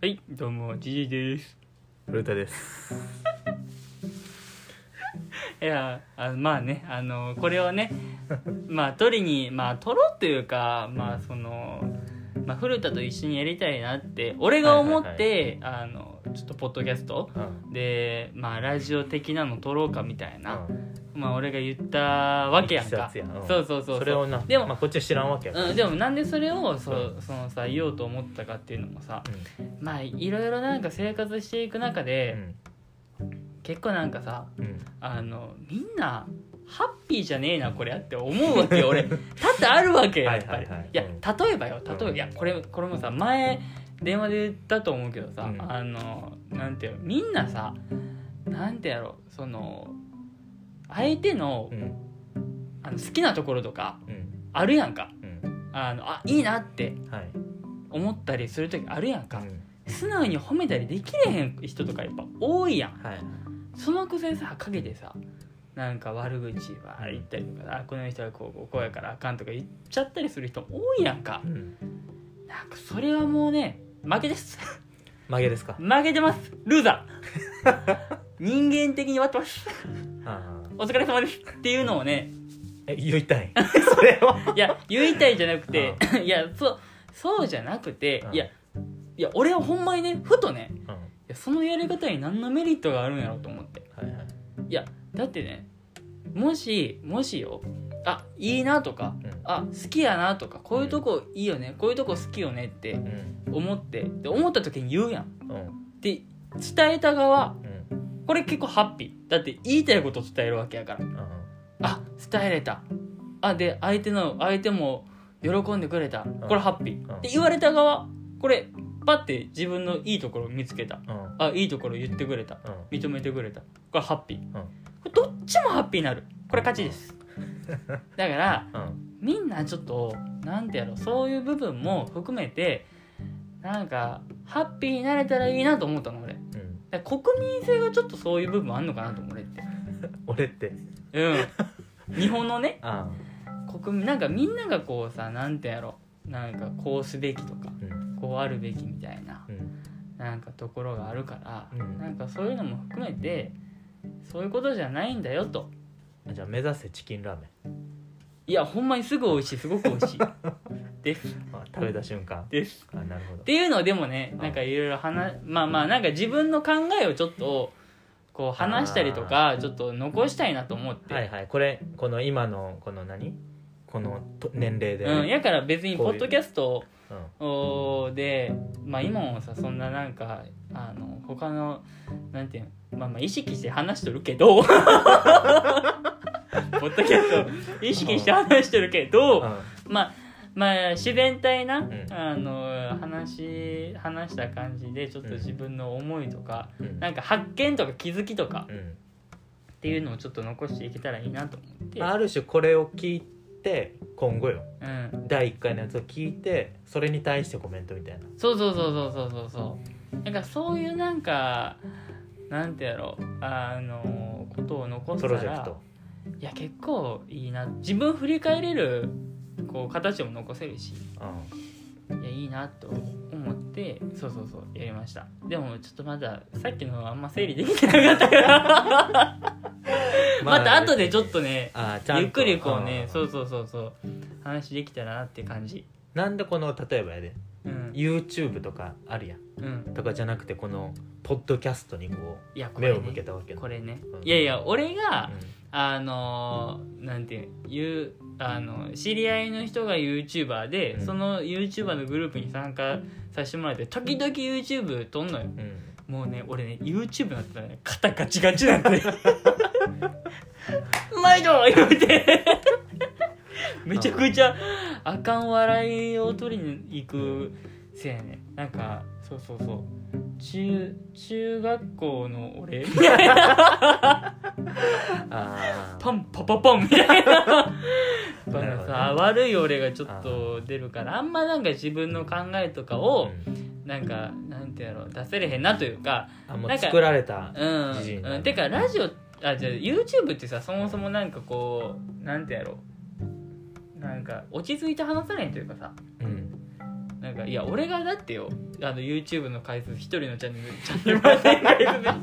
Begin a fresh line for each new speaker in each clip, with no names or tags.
はい、どうも、じじです。
古田です
いや、あまあね、あの、これを ね、まあ、取りに、まあ、取ろうというか、まあ、その、まあ、古田と一緒にやりたいなって、俺が思って、あの、ちょっと、ポッドキャスト
うん
で、まあ、ラジオ的なの撮ろうかみたいな、まあ、俺が言ったわけやん
いきさ
か。
つやんうん
そうそうそうそう。
それをな
でも、
まあ、こっちは知らんわけやから
うん、でもなんでそれをそうそのさ言おうと思ったかっていうのもさまあいろいろなんか生活していく中
う
で、
ん
結構なんかさ
うんうん
あのみんなハッピーじゃねえなこれやって思うわけよ俺多々あるわけよやっぱ
は
り
いはいはい
や
うん
例えばよ例えば
うん
いやこれこれもさ前電話で言ったと思うけどさ、
うん
あのなんていうのみんなさなんてやろうその相手の,、
うん
あの好きなところとか
うん
あるやんか
うん
あのあいいなって
はい
思ったりする時あるやんか、
うん
素直に褒めたりできれへん人とかやっぱ多いやん
はい
そのくせさ陰でさなんか悪口は言ったりとか、あこの人はこうこうこうやからあかんとか言っちゃったりする人も多いやんか
うん
なんかそれはもうね負けです
曲げですか
負けてますルーザー人間的に終わってます
ああ
お疲れ様ですっていうのをね
え言いたい それはい
や言いたいじゃなくて いやそうそうじゃなくて
うん
いやいや俺はほんまにねふとね
うんはい
やそのやり方に何のメリットがあるんやろうと思って
いはい
いやだってねもしもしよあいいなとか
うん
あ好きやなとかこういうとこいいよね、こういうとこ好きよねって
うん
思ってで思った時に言うやんっ
うん
て伝えた側
うん
これ結構ハッピーだって言いたいこと伝えるわけやから
うん
あ伝えれたあで相手の相手も喜んでくれたこれハッピー、
うん
って言われた側これパッて自分のいいところを見つけた
うん
あいいところ言ってくれた
うん
認めてくれたこれハッピー、
ん
これどっちもハッピーになるこれ勝ちですだから
うん
みんなちょっとなんてやろうそういう部分も含めてなんかハッピーになれたらいいなと思ったの俺
うん
だから国民性がちょっとそういう部分あんのかなと思う俺って
俺って
うん 日本のね
あ
国民なんかみんながこうさなんてやろうなんかこうすべきとか
あうん
こうあるべきみたいな
うん
なんかところがあるから、
うん
なんかそういうのも含めてそういうことじゃないんだよと
あじゃあ目指せチキンラーメ
いやほんまにすぐ美味しいすごく美味しいです
ンあ食べた瞬間
です
あなるほど
っていうのでもねなんかいろいろ話まあまあなんか自分の考えをちょっとこう話したりとかちょっと残したいなと思って、
はいはいこれこの今のこの何このと年齢で
うん、やから別にポッドキャスト
うん
おーで、まあ、今もさそんななんかあの他のなんていうの、まあ、まあ意識して話してるけ どポッドキャスト意識して話してるけど、
う
まあまあ、自然体な、
ん
あの話話した感じでちょっと自分の思いとか、
んうん
なんか発見とか気づきとか
うん
っていうのをちょっと残していけたらいいなと思って、
ある種これを聞いて今後よ
うん、
第1回のやつを聞いてそれに対してコメントみたいな
そうそうそうそうそうそうそうなんかそういうなんかなんてやろうあのことを残した
プロジェ
ら
クト
いや結構いいな自分振り返れるこう形も残せるしいやいいなと思ってそうそうそうやりましたでもちょっとまださっきのはあんま整理できてなか ったからまた後でちょっとね
あちゃんと
ゆっくりこうねそううそうそうそう話できたらなって感じ
なんでこの例えばやで
うん
YouTube とかあるやん
うん
とかじゃなくてこのポッドキャストにこ
いや
う
これ
目
ね
を向けたわけだ
これね
うん
いやいや俺が
うん
あのーなんていう言うあの知り合いの人が YouTuber で、
うん
その YouTuber のグループに参加させてもらって時々 YouTube 撮んのよ
うん
もうね俺ね YouTube なったらね肩ガチガチなん で毎度言うてめちゃくちゃあかん笑いを取りに行くせやねなんかそうそうそう中中学校の 俺みたいな
あ
パンパパ パンみたいなこ
な
の
るほどね
さ悪い俺がちょっと出るからあんまなんか自分の考えとか
あ
をなんかなんてやろう出せれへんなというか
あも
なん
う
か
作られた
うん、
じじいになる
うん、てかラジオあじゃあ YouTube ってさそもそもなんかこうなんてやろうなんか落ち着いて話さないというかさ
うん
なんがいや俺がだってよあの YouTube の回数一人のチャンネルチャンネル回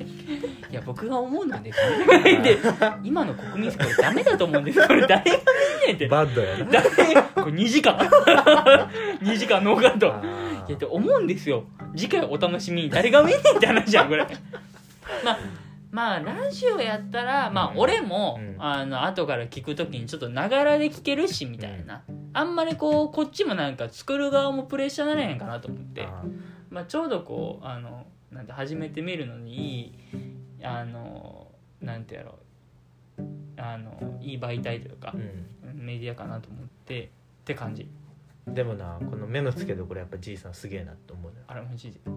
数いや僕が思うのはねこれぐらいで今の国民性これダメだと思うんですこれ誰が見ねえって
バッドやな
誰これ2時間 2時間ノーカット
あ
いやっ
ー
て思うんですよ次回お楽しみに誰が見ねえって話じゃん これまあまあラジオやったらまあ
うん
俺も、
うん
あの後から聞く時にちょっとながらで聞けるしみたいな、あんまりこうこっちもなんか作る側もプレッシャーなれへんかなと思って
あー
まあ、ちょうどこうあのなんて始めてみるのにいいあのなんてやろうあのいい媒体というか、メディアかなと思ってって感じ
うんでもなこの目の付けどころやっぱじいさんすげえなって思うのよ
あれマジで
っ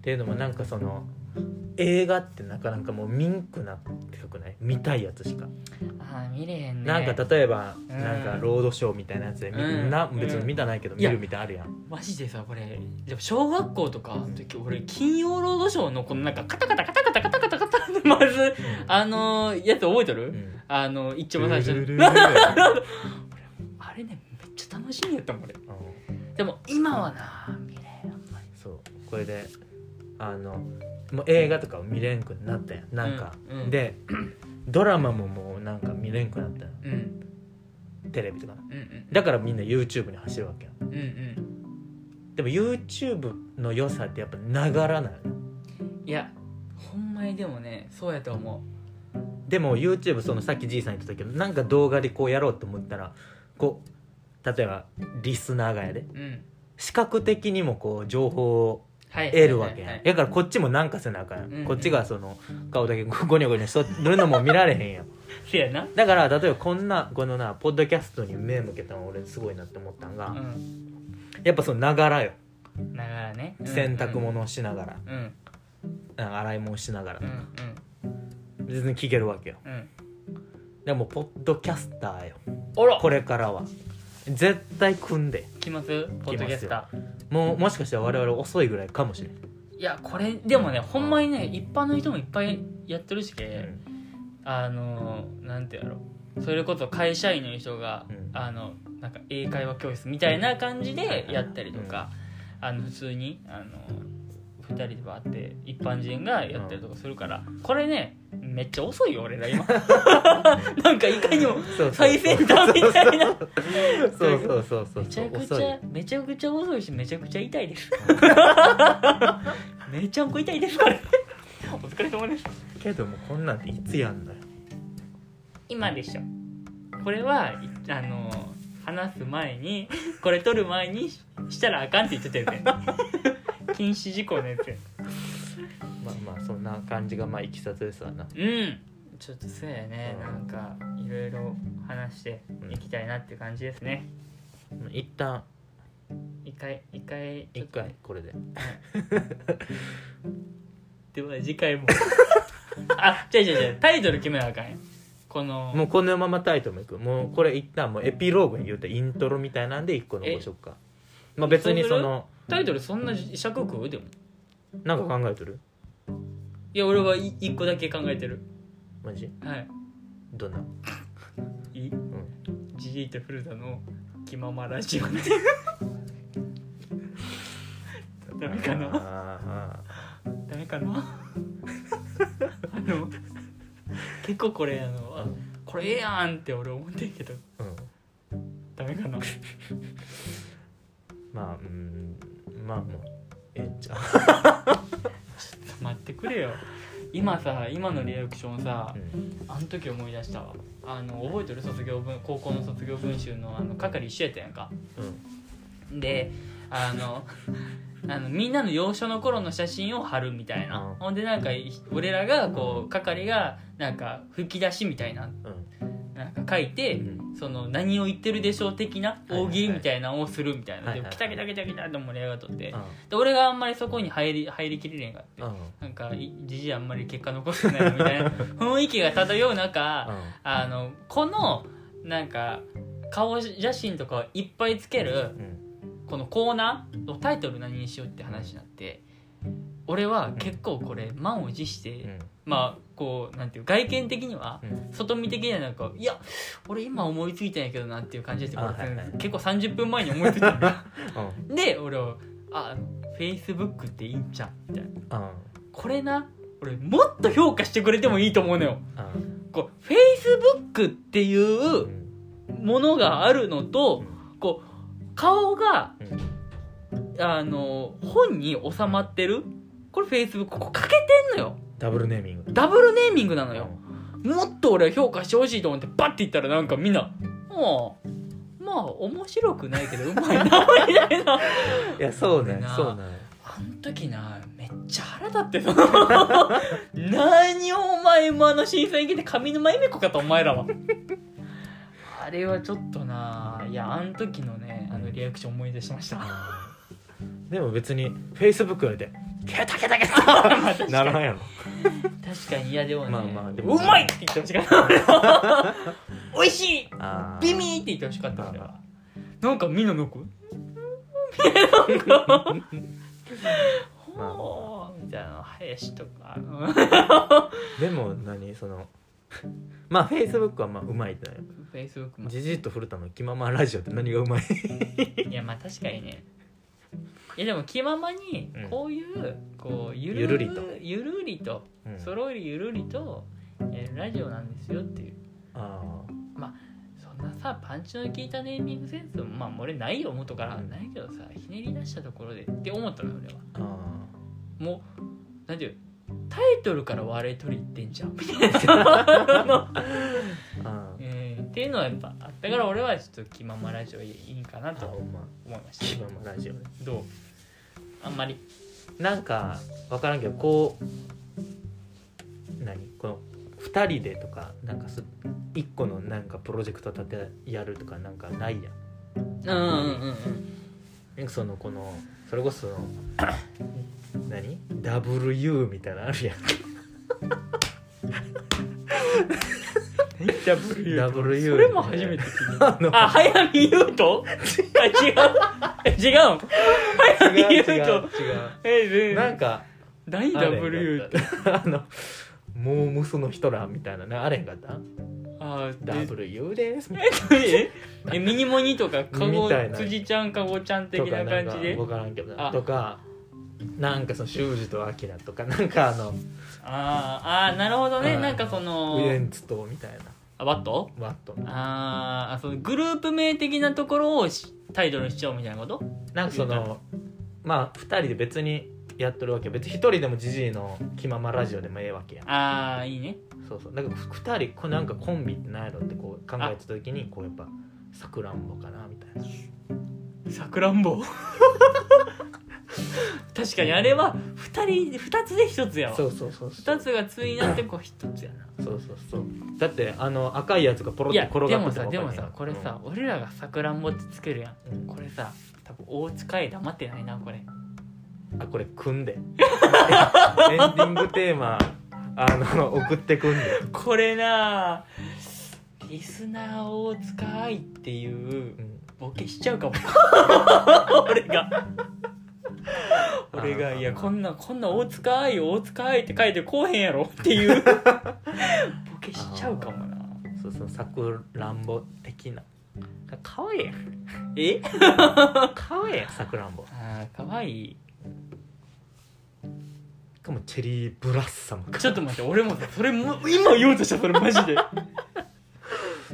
ていうのもなんかその映画ってなかなかもうミンクなってかくない見たいやつしか、
ああ見れへんね
なんか例えば、
うん
なんかロードショーみたいなやつで見る、
うん
な別に見たないけど
うん
見るみたいあるやん
マジでさこれでも小学校とかの時俺「金曜ロードショー」のこのなんかカタカタカタカタカタカタカタってまずあのやつ覚えてる、
うん
あの一番最初
ルルル
に
ルル
あれねめっちゃ楽しみやったもん俺
うん
でも今はな見れへんあんまり
そうこれであのもう映画とかを見れんくなったやんなんか、
うんうん
で ドラマももうなんか見れんくなったやん
うん
テレビとかな
うんうん
だからみんな YouTube に走るわけやん
うんうん
でも YouTube の良さってやっぱながらなのよ
いやほんまにでもねそうやと思
でも YouTube そのさっきじいさん言ってたけどなんか動画でこうやろうと思ったらこう例えばリスナーがやで
ううん
視覚的にもこう情報を
はい
得るわけやん、
はいはい
だからこっちもなんかせなあかんやん、
うんうん
こっちがその顔だけゴニョゴニョしとるのも見られへんやん
せやな
だから例えばこんなこのなポッドキャストに目向けたの俺すごいなって思ったんが、
う
やっぱそのながらよ
んながらね
洗濯物をしながら、
うんうん
なんか洗い物しながら、
うん
別に聞けるわけよ
うんうん
でもポッドキャスターよ
あら
これからは絶対組んで
来ますポッドキャスター
もうもしかしたら我々遅いぐらいかもしれない、
いやこれでもねほんまにね一般の人もいっぱいやってるし
う
け
ん
あのーなんてやろうそれこそ会社員の人が
うん
あのなんか英会話教室みたいな感じでやったりとかあの普通にあの2人でバーって一般人がやったりとかするからこれねめっちゃ遅いよ俺 ら今なんかいかにも
そうそうそう
最先端みたいな
そうそうそうそう
めちゃくち
遅い
ゃめちゃくちゃ遅いしめちゃくちゃ痛いです めちゃんこ痛いですこれお疲れ様です
けどもこんなんていつやんだよ
今でしょこれはいあの話す前にこれ撮る前にししたらあかんって言ってたよね 禁止事項のやつ
まあまあそんな感じがまあいきさつですわな
うんちょっとそうやね
うん
なんかいろいろ話していきたいなって感じですね
一旦
一回一回ちょ
一
っと
回これで
では次 回もあ違う違う違うタイトル決めなあかんやんこの
もうこのままタイトルもいくもうこれ一旦もうエピローグに言うてイントロみたいなんで一個残しとくかまあ別にその
タイトルそんな尺食うでも
なんか考えとる
いや俺はい一個だけ考えてる
マジ
はい
どんな、
いい
うん、
ジジイと古田の気ままラジオねダメかな
な
ダメかなあの結構これあのあこれええやんって俺思ってんけど
うん
ダメかな
まあうんまあもうええんちゃう
待ってくれよ今さ今のリアクション さ
うん
あの時思い出したわあの覚えてる卒業文高校の卒業文集のあの係一緒やったやんか
うん
であの あのみんなの幼少の頃の写真を貼るみたいな、
うん
ほんでなんかい俺らがこう係がなんか吹き出しみたいな
うん
なんか書いて、
うん
その何を言ってるでしょう的な
はいはい
大喜利みたいなのをするみたいな、
はいはい
でピタピタピタピタって盛り上がっとって、で俺があんまりそこに入り入りきれれんかって、
うん
なんかいじじいあんまり結果残してないなみたい な雰囲気が漂う中、
うん
あのこのなんか顔写真とかをいっぱいつける
うん
このコーナーのタイトル何にしようって話になって俺は結構これ満を持して、
うん
まあこうなんていう外見的には
うん
外見的にはなんかいや俺今思いついたんやけどなっていう感じで
あはいはい
結構30分前に思いついたんだ
うん
で俺はあ Facebook っていいんじゃんみたいな
うん
これな俺もっと評価してくれてもいいと思うのよ
うん
こう Facebook っていううんものがあるのとこう顔が
うん
あの本に収まってるこれ Facebook ここ欠けてんのよ
ダブルネーミング
ダブルネーミングなのよもっと俺は評価してほしいと思ってバッて言ったらなんかみんな「もうまあ面白くないけどうまいな」みたいな
いやそうね
なあ
そうね
あの時なめっちゃ腹立ってた何をお前もあの審査員受けて上沼恵美子かとお前らはあれはちょっとないやあの時のねあのリアクション思い出しました
でも別にフェイスブック言われて「ケタケタケタ!」ならんやろ
確かにいやでもね、
まあまあで
う
も
まいって言ってほしかった俺は美味しい
あー
ビミーって言ってほしかった俺はなんかみんなの子
まあ
ほうみたいな林とか
でも何そのまあフェイスブックはまあうまいってなる
フェイスブックも
じじっと古田の気ままラジオって何がうまい
いやまあ確かにねいやでも気ままに
うん
こういう、こうゆる
ゆるりと
ゆるりと
うん
そろりゆるりとやるラジオなんですよっていう
あ
そんなさパンチの効いたネーミングセンスもまあ俺ないよ思うとから
うん
ないけどさひねり出したところでって思ったの俺は
ーあ
もう何ていうタイトルから割れ取りいってんじゃんみたいなあの
ーあー
えーっていうのはやっぱあったから俺はちょっと気ままラジオいいかな
あ
と
ほんま
思いまし
気
た
ままラジオね
どうあんまり
なんか分からんけどこう何この2人でとかなんかす1個のなんかプロジェクト立てやるとかなんかないやん
うんうんうん
なんかそのこのそれこそそ の何 ?WU みたいなのあるやん
ダブル
WU
それも初めて聞いた
あの
あ早見優斗あ違う え違う早見優
違う
斗え
違
全
うなん
然
か
何
あれ
W って
あのもう無数の人らみたいなねあれへんかった
あーで
?WU ですみたい
ええミニモニとかカゴ
みたいな
辻ちゃんカゴちゃん
な
的な感じ
とかなんか
で
分からんけどな
あ
とかなんかその修二とアキラとかなんかあの
あーあーなるほどね
うん
なんかその
ウエンツとみたいな
あバット
ワット
あーあそのグループ名的なところをしタイトルにしちゃおうみたいなこと
なんかそのまあ2人で別にやっとるわけ別に1人でもジジイの気ままラジオでもええわけやん
ああいいね
そうそうなんか2人これなんかコンビって何やろってこう考えてた時にこうやっぱさくらんぼかなみたいな
さくらんぼ確かにあれは2人2つで1つやわ
そうそうそうそう
2つが対になってこう1つやな
そうそうそうだってあの赤いやつがポロっ
い
て
や
転
で
が
も
ってた
さ
ら
でも
わかん
さ
ない
これさ、俺らがさくらんぼってつけるやん
うん
これさ多分大塚へ黙ってないなこれ
あこれ組ん でエンディングテーマあの送ってくんで、
これなリスナー大塚愛っていう
うん
ボケしちゃうかも 俺が俺が「
あー
いやこんなこんな大塚愛大塚愛」って書いてこうへんやろっていう ボケしちゃうかもな
そうそうさくらんぼ的なかわいいやん
え
かわいいやんさくらんぼ
あーかわいい
しかもチェリーブラッサムか
ちょっと待って俺もさそれも今言おうとしたそれマジで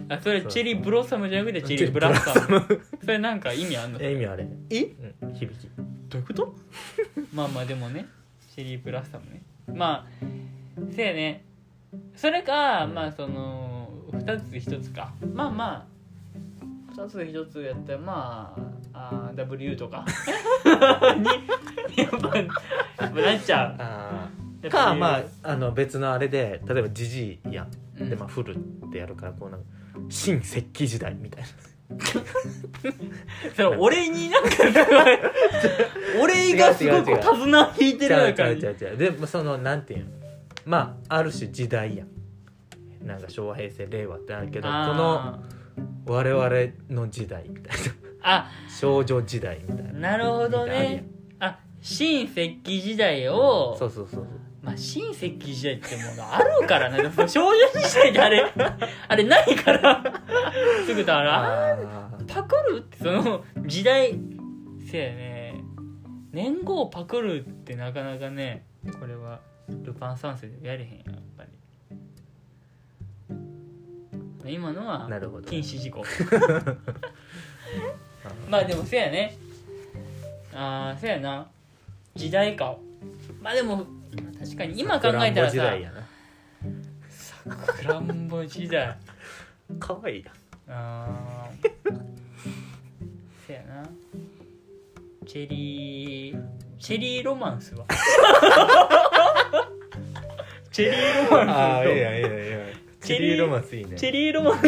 あそれチェリーブロッサムじゃなくてチェリーブラッサム
ム
それなんか意味あんの
え意味あれ、う
え
ん、響き
どういうこと まあまあでもねシェリーブラッサムねまあせやねそれか、まあその2つ1つかまあまあ2つ1つやったらまああー W と かにやっぱやっぱなっちゃ
あ
う
ーかまああの別のあれで例えばジジイやんでまあフルってやるからこうなんか新石器時代みたいな
それ俺に なんかすごい俺がすごく手綱引いてるような感
違
じ
う違う違うでもそのなんていうのまあある種時代やんなんか昭和平成令和ってあるけどこの
あー
我々の時代みたい
あ
な少女時代みたいな
なるほど
みたいなあるや
ね
ん
あ新石器時代を
そうそうそう
まあ、新石器時代ってものあるからな、でも少女時代であ れ、あれないから、すぐだから、
あー
パクるってその時代、せやね、年号をパクるってなかなかねこれはルパン三世ではやれへんよやっぱり今のは
なるほど
禁止事 項
うん
まあでもせやねああせやな時代かまあでも確かに今考えたら
グ
さ
ランボ時代やな
クランボ時代
可愛いな
あーせやなチェリーチェリーロマンスは チェリーロマ
あ
ン
あ
スと
いいやいいやいいや
チ
チ
ェ
ェ
リー
リーロマンスいいね
チェリーロマンス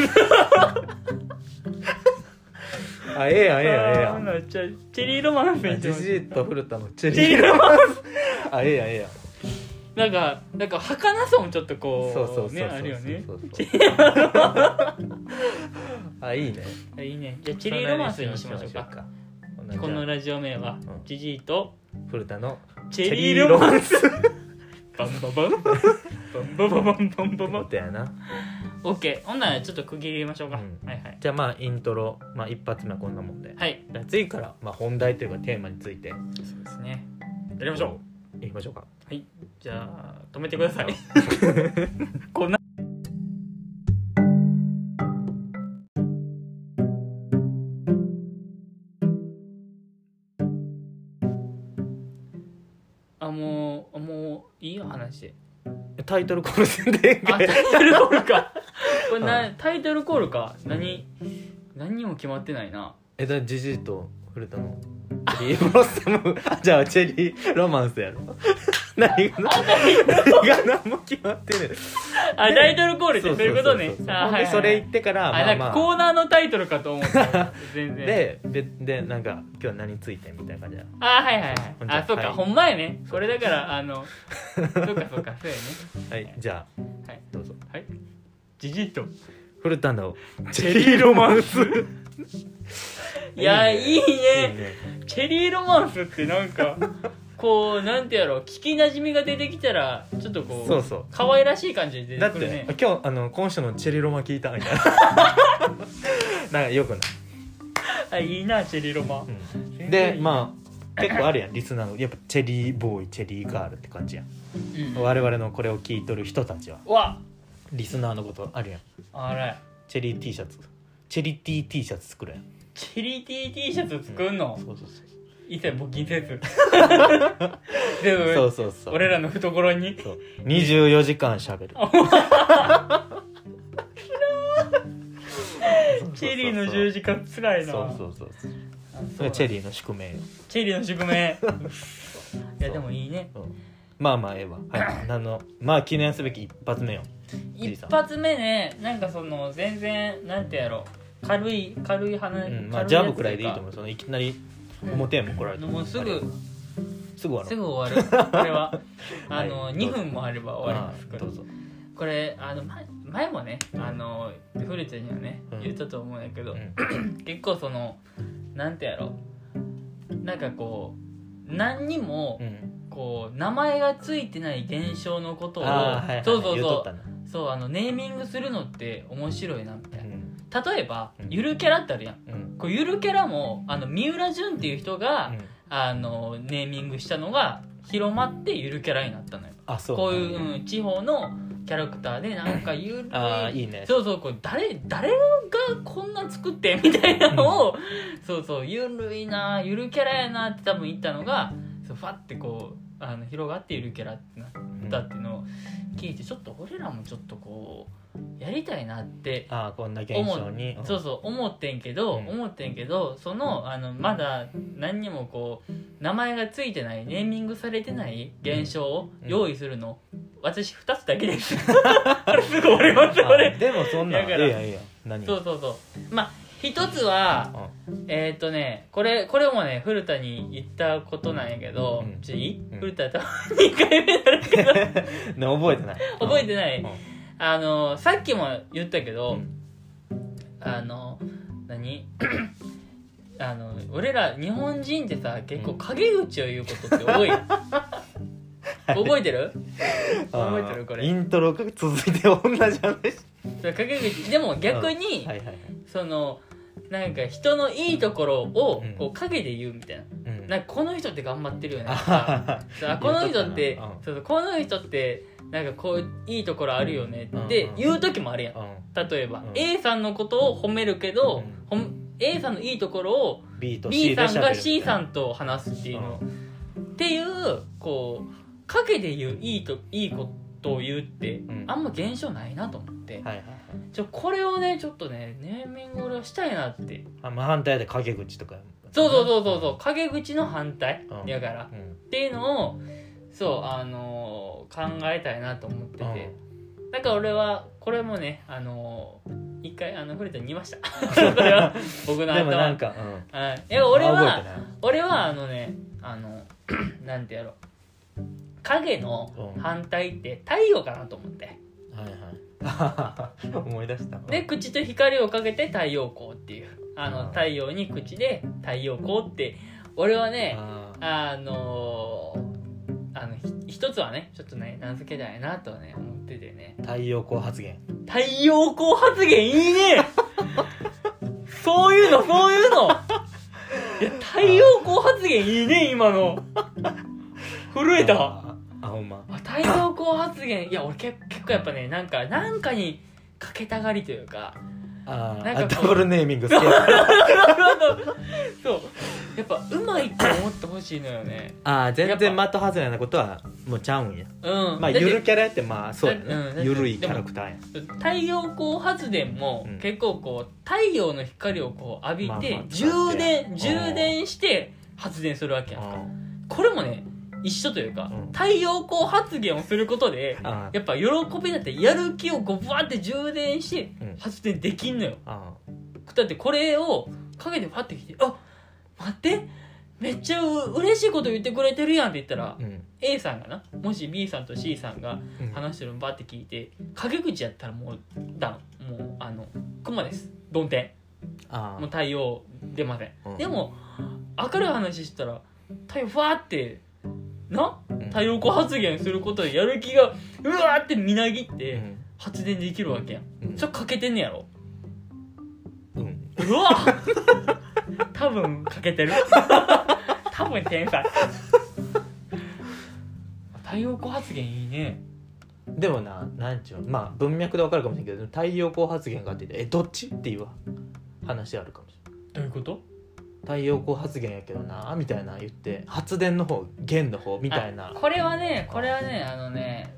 あええやんええやんええや
あ
ん
ーちょチェリーロマンス
あ
に
ジジイと古田のチェ
チェリ
リ
ー
ー
ロ
ロ
マ
マ
ン
ン
ス
スあええやんええやん
なんかなんか儚さもちょっとこう
そうそうそうそう
ねあるよね
そうそうあいいね
いいねじゃあチェリーロマンスにしましょうかこの
ラ
ラジオ名は
うん
ジジイと
古田の
チェリーロマンス
ンス
バンババンバンバババンバンババ
こ
ン
とやな
オッケーほんならちょっと区切りましょうか、
うん
はいはい
じゃあまあイントロまあ一発目はこんなもんで
はい
じゃあ次からまあ本題というかテーマについてや
そうですねやりましょ
ういきましょうか
うはいじゃあ止めてください こんなあもうあもういいよ話で
タイトルコール戦で
あタイトルコールかこれな、タイトルコールか何、何にも決まってないな
えだジジイと古田のチェリーブロッサム あじゃあチェリーロマンスやろ 何がな何が何も決まってね
あタイトルコールってそういうことね
そうそうそう
あ
ほん
はいはい
で
はい
それ言ってから
あ、
まあ
なん
ま
か
あ
コーナーのタイトルかと思った。全然。
でででなんか今日は何ついてみたいな感じだ
あ、はいはいはい。あ、そうか、
はい
ほんまやね。これだから、あの、そうかそうか、そうやね。
はいじゃあ、
はい
どうぞ
はい。じじっと。
古田のチェリーロマンス
いや、いい
いいね
ね。チェリーロマンスってなんか、こう、なんてやろう、聞きなじみが出てきたら、ちょっとこう、
そうそう
可愛らしい感じで出
だ
て
っ
く
て、
るね。
今日あの今週のチェリーロマン聞いたみたいな なんかよくない
あ、いいな、チェリーロマン。全然
で
いい
まあ結構あるやんリスナーのやっぱチェリーボーイチェリーガールって感じやん
うん
我々のこれを聞いとる人たちは
うわ
リスナーのことあるやん
あら、
チェリー T シャツチェリー T T シャツ作るやん
チェリーティー T シャツ作んの
そうそうそ
一切募金せ ず。でも
うそうそうそう
俺らの懐に
そう24時間しゃべる
チェリーの十字架つらいな
そうそうそうそう
あそう
それがチェリーの宿命よ、
チェリーの宿命いやでもいいね
うんまあまあええわはいあのまあ記念すべき一発目よリー
一
さん
発目ねなんかその全然なんてやろう軽い軽い話、
うんまあ
軽
ジ
やつ
ャブくらいでいいと思うそのいきなり表へも来られて
もうすぐ
すぐ終わろう
すぐ終わるこれ はあの、
はい
2分もあれば終わりますこ
ああ
れ
どうぞ
これあの前前もね
うん
あのフルちゃんにはね、
うん
言ったと思うんやけど、
うん
結構そのなんてやろうなんかこう何にも
うん
こう名前がついてない現象のことを
ああはいはい
そうそう
言うと
そ
ったな
うそうあのネーミングするのって面白いなみた
う
い
ん
な例えば
うん
ゆるキャラってあるやん
うん
こうゆるキャラもあの三浦淳っていう人が、
うん
あのネーミングしたのが広まってゆるキャラになったのよ
あそう
こういう、うん、地方のキャラクターでなんかゆるい
ああいいね
そうそうこう誰誰がこんなん作ってんみたいなのをそうそうゆるいなゆるキャラやなって多分言ったのがそうファってこうあの広がってゆるキャラってなったっていうのを聞いてちょっと俺らもちょっとこうやりたいなって
ああこんな現象に
そううそう思ってんけど、
うん
思ってんけどそのあのまだ何にもこう名前がついてないネーミングされてない現象を用意するの、私2つだけです これすぐ終わります
ん
こ
あ
れ
でもそんなん
だか
いや
ら
いやいや何
そうそうそうまあ一つは
あ
えーっ、とねこれこれもね古田に言ったことなんやけど、
うん
ちょいい
うん
古田多分2回目になるけど
ね覚えてない
覚えてない、
うん
あのさっきも言ったけど、
うん
あの何 あの俺ら日本人ってさ結構陰口を言うことって多 い、覚えてる覚えてる
あー
これ
イントロが 続いて同じ話
それ陰口でも逆に、
はいはいはい
そのなんか人のいいところを
うん
こう陰で言うみたいな,、
うん
なんかこの人って頑張ってるよねとか
あ
そうあこの人って
言っとったなうん
そうそうこの人ってなんかこういいところあるよねっ
うん
て
うん
言う時もあるやん
うん
例えば、
うん
A さんのことを褒めるけど、ほん A さんのいいところを
B と
B
C で
さんが
喋る
C さんと話すっていうの、っていうこう陰で言ういいといいことを言うって、
ん
あんま現象ないなと思って、
はいはいはい
ちょこれをねちょっとねネーミング俺はしたいなって
あまあ反対で陰口とか
そうそうそうそうそう陰口の反対
うん
やから、っ
うん
ていうのをそうあのー考えたいなと思って
うん
て、だから俺はこれもねあのー一回あの古田に言いました これは僕の
でもな
頭
んか、
はい
うん
いや俺
あ覚え
は
てない
俺はあのねあの なんてやろう影の
うん
反対って太陽かなと思って
はい はい思い出した
で口と光をかけて太陽光っていうあ
あ
の
ー
太陽に口で太陽光って俺はね
あー
あのーあのひ一つはねちょっとね名付けたいなとはね思っててね
太陽光発言
太陽光発言いいねそういうのそういうのいや太陽光発言いいね今の震えた
あーあほんま
あ太陽光発言いや俺結結構やっぱねなんかなんかにかけたがりというか
あー
なんか
あ
こう
ダブルネーミング好きや
そうやっぱうまいって思ってほしいのよね
あー全
やっ
然的外れなことはもうちゃうんや
うん
ま
だ
あ
って
ゆるキャラやってまあそうや
だってうんだって
ねゆるいキャラクターや
太陽光発電も
うん
結構こう太陽の光をこう浴び
まあま
て
あ
充電
ん
充電して発電するわけやんか
うん
これもね一緒というか
うん
太陽光発言をすることで
あー
やっぱ喜びだってやる気をこうブワーって充電して
うん
発電できんのよ
あ
だってこれを陰でパッてきて「あ待ってめっちゃう嬉しいこと言ってくれてるやん」って言ったら
ーうん
A さんがなもし B さんと C さんが
うん
話してるのバって聞いて陰口やったらもうダウンもうあのクマですどんてん
あー
もう対応出ません、
うん
でも明るい話したら太陽ファーってな
うん
太陽光発言することでやる気がうわーってみなぎっ
う
て
ん
発電できるわけやん
うん
ちょっと欠けてんねやろ
うん
うわ 多分欠けてる 多分天才太陽光発言いいね
でもななんちゅうのまあ文脈でわかるかもしれんけど太陽光発言があってえどっちっていう話あるかもしれん
どういうこと
太陽光発言やけどなみたいな言って発電の方弦の方みたいな
あこれはねこれはねあのね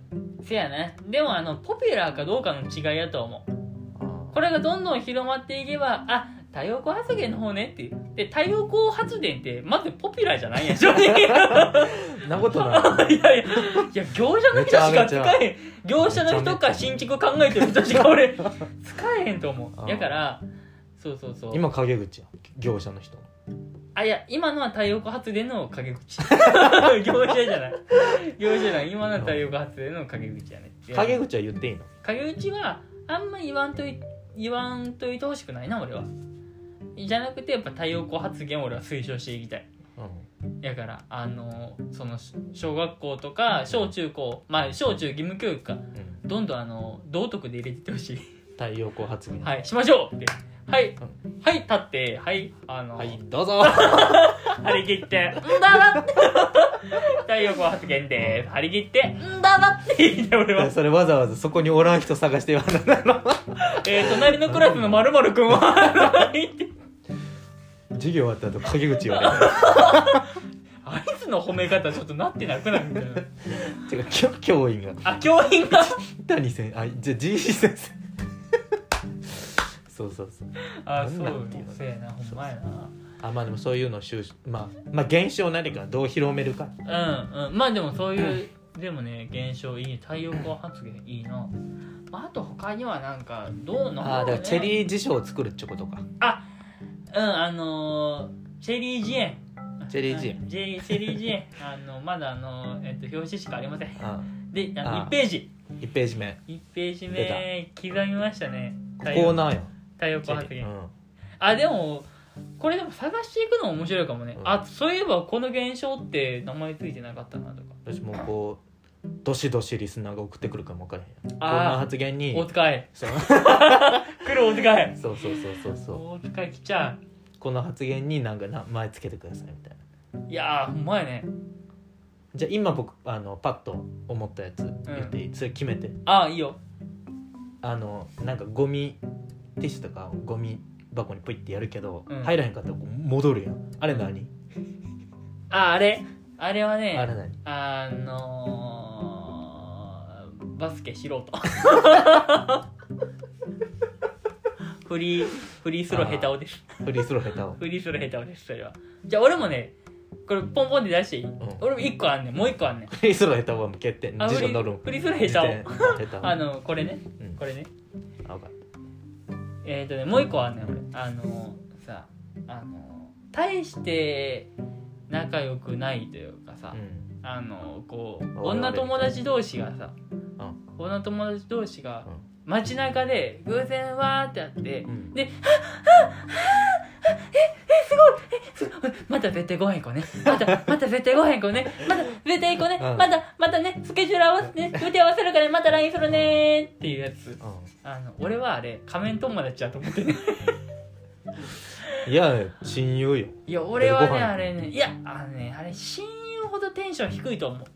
せやねでもあのポピュラーかどうかの違いやと思うこれがどんどん広まっていけばあ太陽光発電の方ねってで太陽光発電ってまずポピュラーじゃないやん正直い
なことない
やいやいや業者の人しか使えへん業者の
めち
人
ゃめち
か
ゃ
新築考えてる人しか俺使えへんと思
あ
うだからそうそうそう
今陰口やん業者の人
あいや今のは太陽光発電の陰口 業者じゃない業者じゃない今のは太陽光発電の陰口やね
陰口は言っていいの
影打ちはあんま言わんとい言わんといてほしくないな俺はじゃなくてやっぱ太陽光発言を俺は推奨していきたいやからあのそのし小学校とか小中高まあ小中義務教育か
うん、うん、
どんどんあの道徳で入れてってほしい
太陽光発言
はいしましょうってはいはい立ってはいあの、
はい どうぞ
張り切って「んだな」って 太陽光発言でーす張り切って「んだな」って 言って俺は
それわざわざそこにおらん人探して言わないの
えー、隣のクラスのまるくんは言って
授業終わった後陰口言わ
あいつの褒め方ちょっとなってなくないみたいな。
れる 違う教教員が
あ、教員が。
谷先生あじゃあ GC 先生 そうそうそう
あ、
なん
そう
なんていうの
そうやな、ほんまや
あまあでもそういうのを収集まあまあ現象何かどう広めるか
な。うんうん、まあでもそういう、でもね、現象いい、太陽光発言いいな。まあ、あと他にはなんか、どうの、
ああだからチェ
ー。
リー辞書を作るってことか
うん、あのー、チェリージエン。
チェリージエン
うん。チェリーチェリージエン。あ の、まだあの、えっと、表紙しかありません。
あ
で、あの
あ
1ページ。
1ページ目
1ページ目、刻みましたね。
ここなんよ
太陽光
チ
発
ェリ
言
ー。うん
あでもこれでも探していくのも面白いかもね、
うん
あそういえばこの現象って名前ついてなかったなとか
私もこうどしどしリスナーが送ってくるかも分からへん
あー
こんな発言に
大塚愛
そう
来るお使い
そうそうそうそうそう
大塚来ちゃ
この発言になんか名前つけてくださいみたいな
ういやーほんまやね
じゃあ今僕あのパッと思ったやつ言っていい、それ決めて
ああいいよ
あのなんかゴミティッシュとかゴミ箱にポイってやるけど、
うん
入らへんかったらこう戻るやんあれ何、
あああれあれはね
あれ何
あのーバスケ素人 フリーフリースロー下手男です
フリースロー下手を
フリースロー下手男ですそれはじゃあ俺もねこれポンポンで出していい、俺も1個あんねんもう1個あんねん
フリースロー下手はもう欠点
あ
辞書乗るもん
フリーフリースロー
下手下手
あのこれね
うん
これね
あ分かっ
えっ、ー、とねもう1個あんねん俺あのーさあのー大して仲良くないというかさ、
たう
あ
ん
のこう
我々
女友達同士がさ、
うん
女友達同士が
うん
街中で偶然わーってやって、
うん
でまた絶対ご飯行こうねまたまた絶対ご飯行こうねまた絶対行こうね、
うん
またまたねスケジュール合わせてね予定合わせるからまた LINE するねーっていうやつあの俺はあれ仮面友達だと思ってね
うんいや親友よ
いや俺は
ご
ね
飯
あれねいやあのねあれ親友ほどテンション低いと思う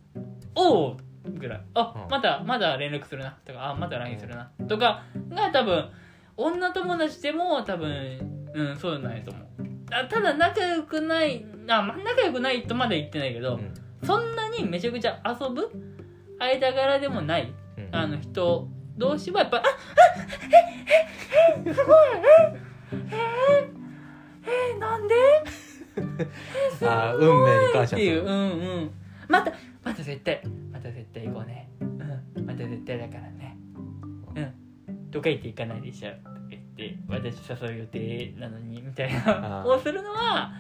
おおぐらいあ、
うん
まだまだ連絡するなとかあまだ LINE するなとかが多分女友達でも多分うんそうなんやと思うあただ仲良くないあまあ仲良くないとまで言ってないけど、
うん
そんなにめちゃくちゃ遊ぶ間柄でもない
うん
あの人同士はやっぱ「あっええええすごいええええなんで?」
あー運命に感謝
っ
す
ていうう
る
んうんまたまた絶対また絶対行こうね、うん、また絶対だからねうんどっか行って行かないでしょとか言って私誘う予定なのにみたいな
あー
をするのは、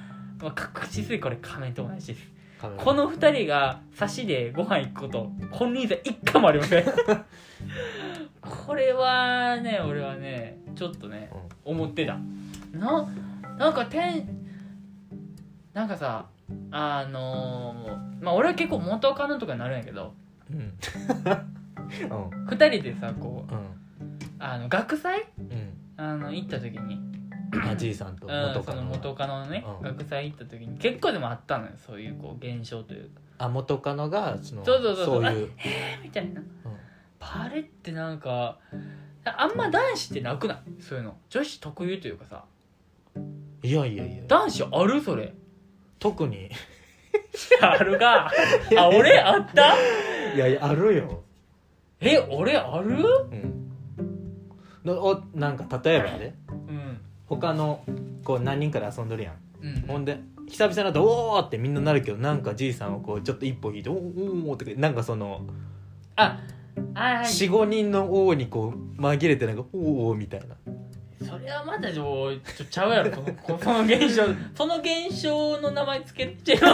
まあ、確実にこれ仮面と同じです
カメラ
この二人が差しでご飯行くこと金輪際一回もありま せんこれはね俺はねちょっとね思ってたななんか天なんかさあのーまあ俺は結構元カノとかになるんやけど
うんうんうん
二人でさこう
うん
あの学祭
うん
あの行った時に
あじいさんと
うん
元
そ
カ
の
ノ
元カノのね、
うん
学祭行った時に結構でもあったのよそういうこう現象というか
あ元カノがその
そうそうそうそう
そういう
えみたいな
うん
バレってなんかあんま男子ってなくないそういうの女子特有というかさ
いやいやいや
男子あるそれ
特に
あるか あ俺あった
いやいやあるよ、
え俺ある
うん、のおなんか例えばね
うん
他のこう何人から遊んどるやん
うん
ほんで久々になったら「おー!」ってみんななるけどなんかじいさんをこうちょっと一歩引いて「おーおー!」ってなんかその
あはいはい
45人の「王にこう紛れてなんか「おーおー!」みたいな
それはまだちょちょちゃうやろこの この現象その現象の名前つけてる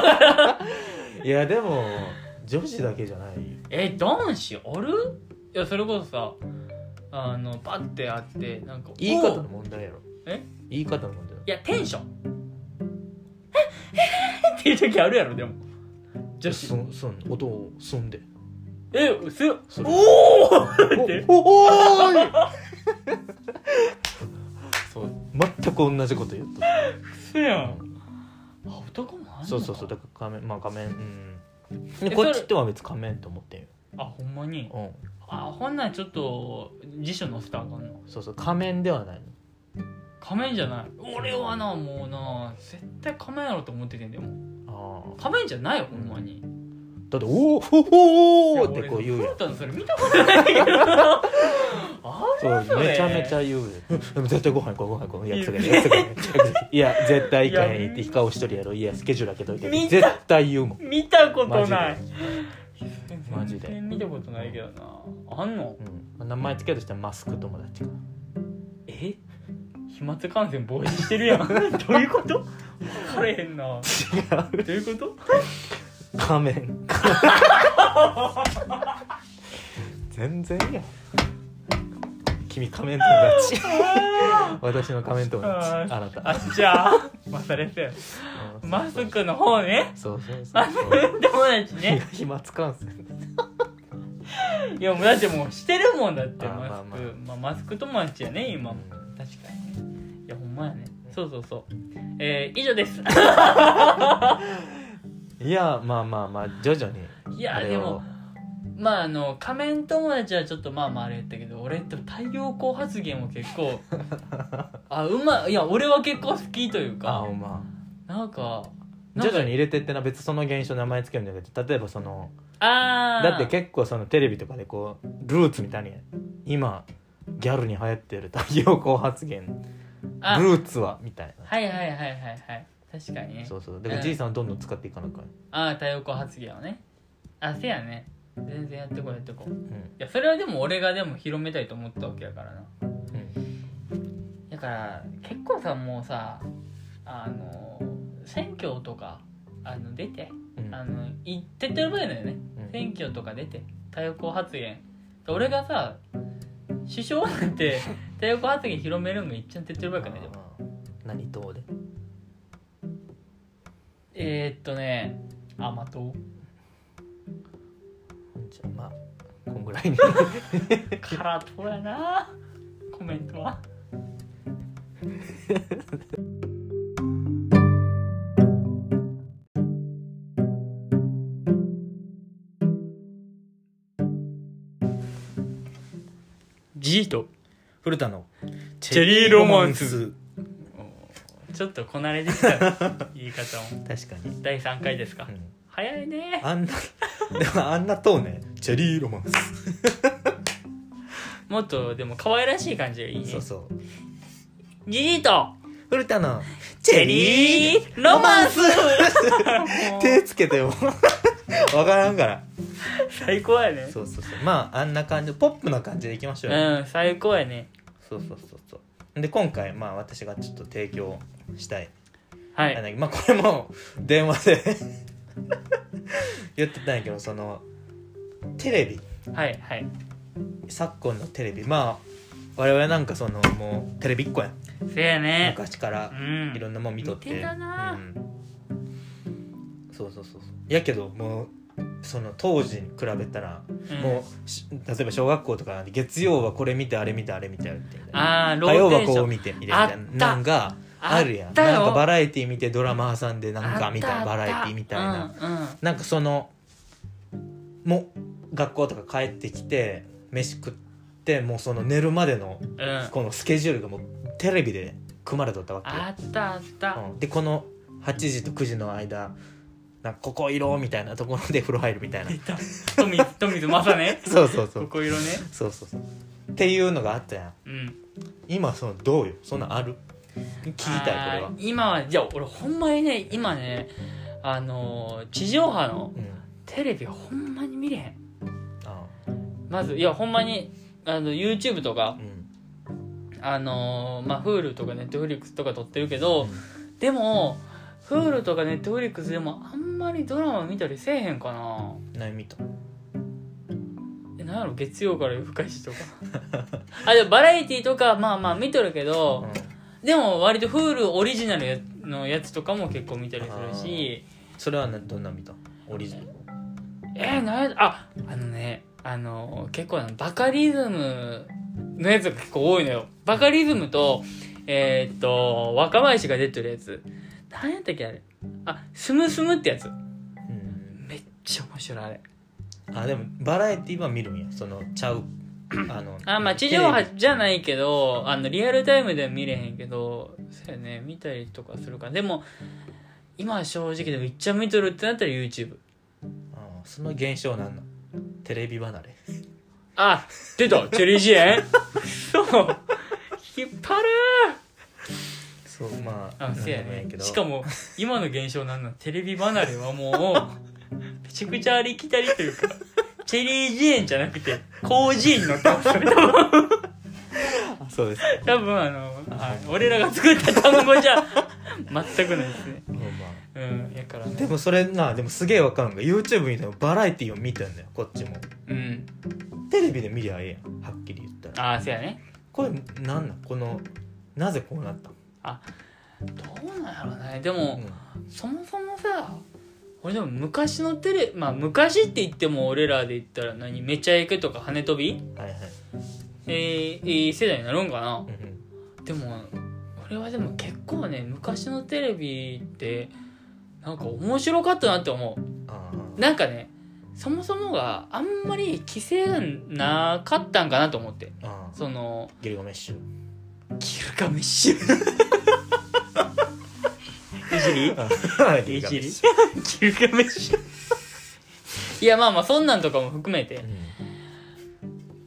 いやでも女子だけじゃない
え男子あるいやそれこそさあのパッてあってなんか
言い方
お
の
う
問題やろ
え
言い方の問題
いやテンションっていう時あるやろでも女子
そんそん音をそんで
えす
それ
おおって
おおーいそう全く同じこと言っとった
そうやんあ男もあんのか
そうそうそうだから仮面まあ仮面うん
え
でこっちとは別仮面と思ってんよ
あほんまに
うん
あほんなんちょっと辞書載せたらあかんの
そうそう仮面ではないの
仮面じゃない俺はなもうな絶対仮面やろと思っててんでも
ああ
仮面じゃないよほんまに
だって「おーおおお!」っ
い
て
や
こう言う
俺フ
やん
ルタンそれ見たことないけどあ
そう
それ
めちゃめちゃ言うやんでも絶対ご飯行こうご飯行こう約束や約束や約束やいや絶対行かへんって顔しとるやろいやスケジュール開けとい
見
て
た
絶対言うもん
見たこと
マジで
ない
マジで
全然見たことないけどなあんの
うん名前つけるとしたらマスク友達かな
え飛沫感染防止してるやん どういうことこれへんな
違う
どういうこと
仮面全然やん君仮面友 達私の仮面友達
あー
あなた
あじゃあまされたよ
うん
マスクの方ね
そうそうそ
マ
う
ス
そう
クの友達ね
飛沫感染
いやもうだってもうしてるもんだって
あー
マスク
まあまあ
まあマスク友達やね今も確まやねそうそうそうえー以上です
いやまあまあまあ徐々に
いや
あれ
で
を
もまああの仮面友達はちょっとまあまああれやったけど俺と太陽光発言も結 構あうまいや俺は結構好きという
あ
か
ま
なんか
あ
なん
徐
か
々に入れてってな別にその現象名前つけるんじゃなくて例えばその
ああ
だって結構そのテレビとかでこうルーツみたいに今ギャルに流行ってる太陽光発言ル
あ
ーツはみたいな
はいはいはいはいはい確かにね
そうそうだか
う
ら
ん
じいさんはどんどん使っていかなくゃ
ああ太陽光発言をねあせやね全然やってこうやってこう
うん
いやそれはでも俺がでも広めたいと思ったわけやからな
うん
だから結構さもうさあの選挙とかあの出て
うん
あのい手っ取り早いのよね
うん
選挙とか出て太陽光発言俺がさ首相なんて太陽光発言広めるんが一番手っ取り早くないでも
あー何党で
えー、っとねあまと
じゃあまあこんぐらいに
からとやなコメントはジート
古田の
チェリーロマンスちょっとこなれてきた言い方も
確かに、
第3回ですか、
うん
早いね
あんなでもあんな党ねチェリーロマンス
もっとでも可愛らしい感じがいいね
そうそう
ジー ト
古田の
チェリーロマンスもう
手つけても わからんから
最高やね
そうそうそうまああんな感じポップな感じでいきましょうよ、
うん最高やね
そうそうそうそうで今回まあ私がちょっと提供したい、
は
なん
い
だけどまあこれも電話で 言ってたんやけどそのテレビ
はいはい
昨今のテレビまあ我々なんかそのもうテレビっ子やん
せやね
昔から
うん
いろんなもん見とって
見てたな
うんそうそうそうそうやけどもうその当時に比べたら、
うん
もうし例えば小学校とかなんで月曜はこれ見てあれ見てあれ見てあれみたいな
ああロ
火曜
ー
は
テー
こ
ショ
う
ン
見てみたいな
あった
なんがあるや
あっ
ん
たよ
なんかバラエティ見てドラマ挟んでなん
あ
か
った
みたい
あっ
な
た
バラエティみたいな、
うんうん
なんかそのもう学校とか帰ってきて飯食ってもうその寝るまでの
うん
このスケジュールがもうテレビで組まれとったわけよ
あったあった
うんでこの8時と9時の間なんかここいろみたいなところで風呂入るみたいな
出た富富水正ね
そう そう
こ
そう
こ色ね
そうそうそうっていうのがあったやん
うん
今そのどうよそんなんある聞きたいこれ
あ
は
ー今はじゃあ俺ほんまにね今ねあのー地上波の
うん
テレビほんまに見れへん
あ
まずいやほんまにあの YouTube とか
ーうん
あのーまあ Hulu とか Netflix とか撮ってるけどでも Hulu とか Netflix でもあんまりドラマ見たりせえへんかな
何見た
えなんやろ月曜から夜更かしとかあでもバラエティとかまあまあ見とるけ
う
ど
ん
でも割と Hulu オリジナルやのやつとかも結構見たりするし
それはなどんなん見たオリジナル
えー、なんやああのねあの結構あのバカリズムのやつが結構多いのよバカリズムとえーっと若林が出てるやつなんやったっけあれあスムスムってやつ
うん
めっちゃ面白いあれ
あでもバラエティは見るんやそのちゃうあの
あまあ地上波じゃないけどあのリアルタイムでは見れへんけどそうやね見たりとかするからでも今は正直でもいっちゃ見とるってなったら YouTube
あーその現象なんのテレビ離れ
あ出 たチェリージエンそう引っ張る
そうまあ
あせや
なんでも
ね
いいけど
しかも今の現象なんなんテレビ離れはもうめちゃくちゃありきたりというかチェリージエンじゃなくてコージーンの顔それ多分
あそうです
多分あのあ俺らが作った単語じゃ全くないですね
まあま
うんやから
あで
ね
もそれなでもすげえわかるのが YouTube みたいなバラエティーを見てんだよこっちも
うん
テレビで見りゃええやんはっきり言ったら
ああそうやね
これなんなんこのなぜこうなったの
どうなんやろうねでも、
う
そもそもさ俺でも昔のテレまあ昔って言っても俺らで言ったら何めちゃイケとか跳ね飛び
んはいはい
えー、えー世代になるんかな
うんうん
でもれはでも結構ね昔のテレビってなんか面白かったなって思
あ
うなんかねそもそもがあんまり規制がなかったんかなと思って
あ
その
ギルガメッシュ
ギルガメッシュ
いじり
いじりギルガメッシュ いやまあまあそんなんとかも含めて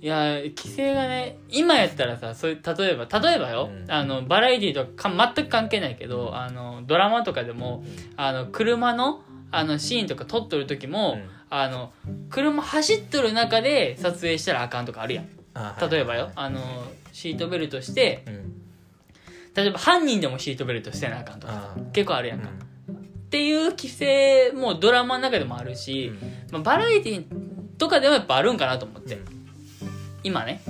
いや規制がね今やったらさそういう例えば例えばよ、
うん
あのバラエティーとかか全く関係ないけどあのドラマとかでもあの車のあのシーンとか撮っとる時も、あの車走っとる中で撮影したらあかんとかあるやん例えばよ、あのシートベルトして
うん
例えば犯人でもシートベルトしてなあかんとか
あ
結構あるや
あ
んか、っていう規制もドラマの中でもある
うん
し、まあ、バラエティーとかでもやっぱあるんかなと思って、今ね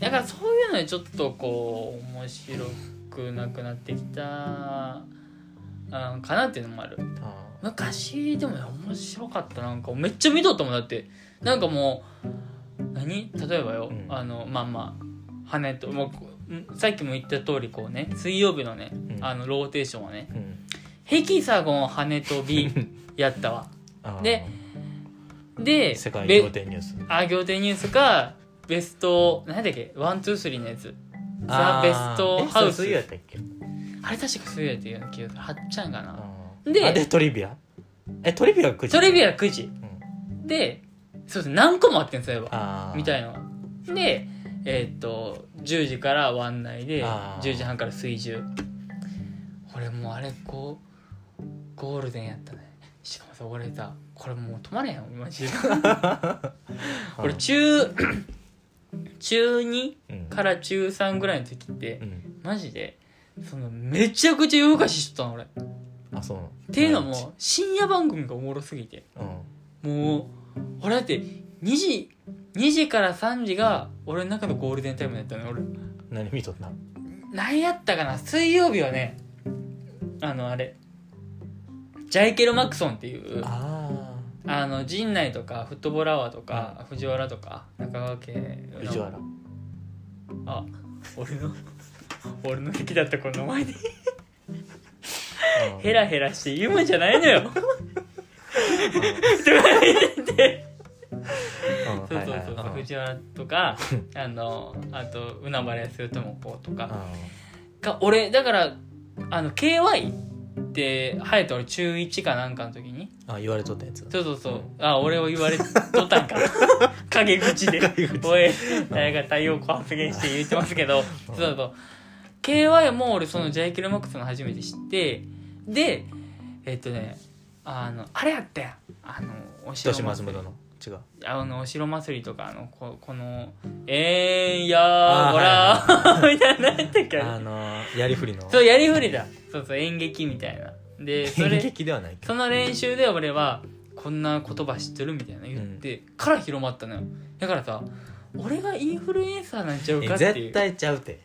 だからそういうのにちょっとこう面白くなくなってきたうんかなっていうのもある
あ
昔でもね面白かったなんかめっちゃ見とったもんだってなんかもう何例えばよ、
うん
あのまあまあ羽ともうこうんさっきも言った通りこうね水曜日のね、
うん
あのローテーションはね
うん
ヘキサゴン羽とびやった わ
あ
でで
世界
べ
仰天ニュース
あ仰天ニュースかベスト何だっけワンツースリーのやつザ
あー
ベストハウス
えそうそういうやったっけ
あれ確かそうやっていうような気がするはっちゃんかな
うん
で
あでトリビアえトリビアくじ
トレビア9時
うん
でそうです何個もあってんそういえば
あー
みたいなのがでえーっと10時から湾内で
あー
10時半から水中俺もうあれこうゴールデンやったねしかもさ俺さこれもう止まれへんよマジで俺中中2
うん
から中3ぐらいの時って
うん
マジでそのめちゃくちゃ夜更かししとったの俺っ
あそうなの
ていうのも深夜番組がおもろすぎて
うん
もう俺だって2時2時から3時が俺の中のゴールデンタイムだったのよ俺
何見とった
何やったかな水曜日はねあのあれジャイケル・マクソンっていうあ
あ
の陣内とかフットボールアワーとか、藤原とか中川家
あ
の
藤原
あ俺の俺の敵だったこの前で ヘラヘラして言うんじゃないのよ
うん
そうそう
はいはい
そうそう
はい
藤原とかあのあと海原康代智子とかが俺だからあの KY って隼人俺中1かなんかの時に
あ言われとったやつ
そうそうそうあ俺を言われとった んか陰口で
陰口
おい誰か太陽光発言して言ってますけど
う
そ
ん
うそう KY も俺そのジャイキル・マックスの初めて知ってでえっとねあのあれやったやんあのお
人
城
志松
祭り
本の違う
あのお城祭りとかあのここの「えーんやーほらー」 みたいな何やったっけあれ
あのーやりふりの
そうやりふりだそうそう演劇みたいなでそ
演
れ
劇ではないけど
その練習で俺はこんな言葉知ってるみたいな言ってから広まったのよだからさ俺がインフルエンサーなんちゃうか
え
っていう
絶対ちゃうて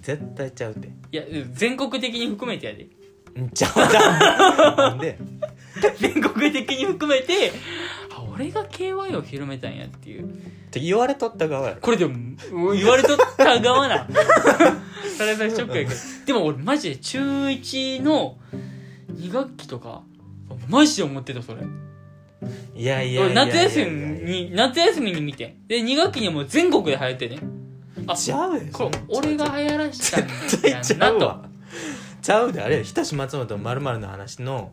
絶対ちゃうて
いや全国的に含めてやで
んちゃうちゃうなんで
全国的に含めてあ俺が KY を広めたんやっていう
って言われとった側やろ
これでもうん言われとった側なそれがショックやけどでも俺マジで中1の2学期とかマジで思ってたそれ
いやいや
俺
いや
夏休みに夏休みに見てで2学期にはもう全国で流行ってねあ
ちゃうよ
これ俺が流行らしたんや
絶対ちゃ
な
う
と
わちゃうであれ日田市松本まるの話の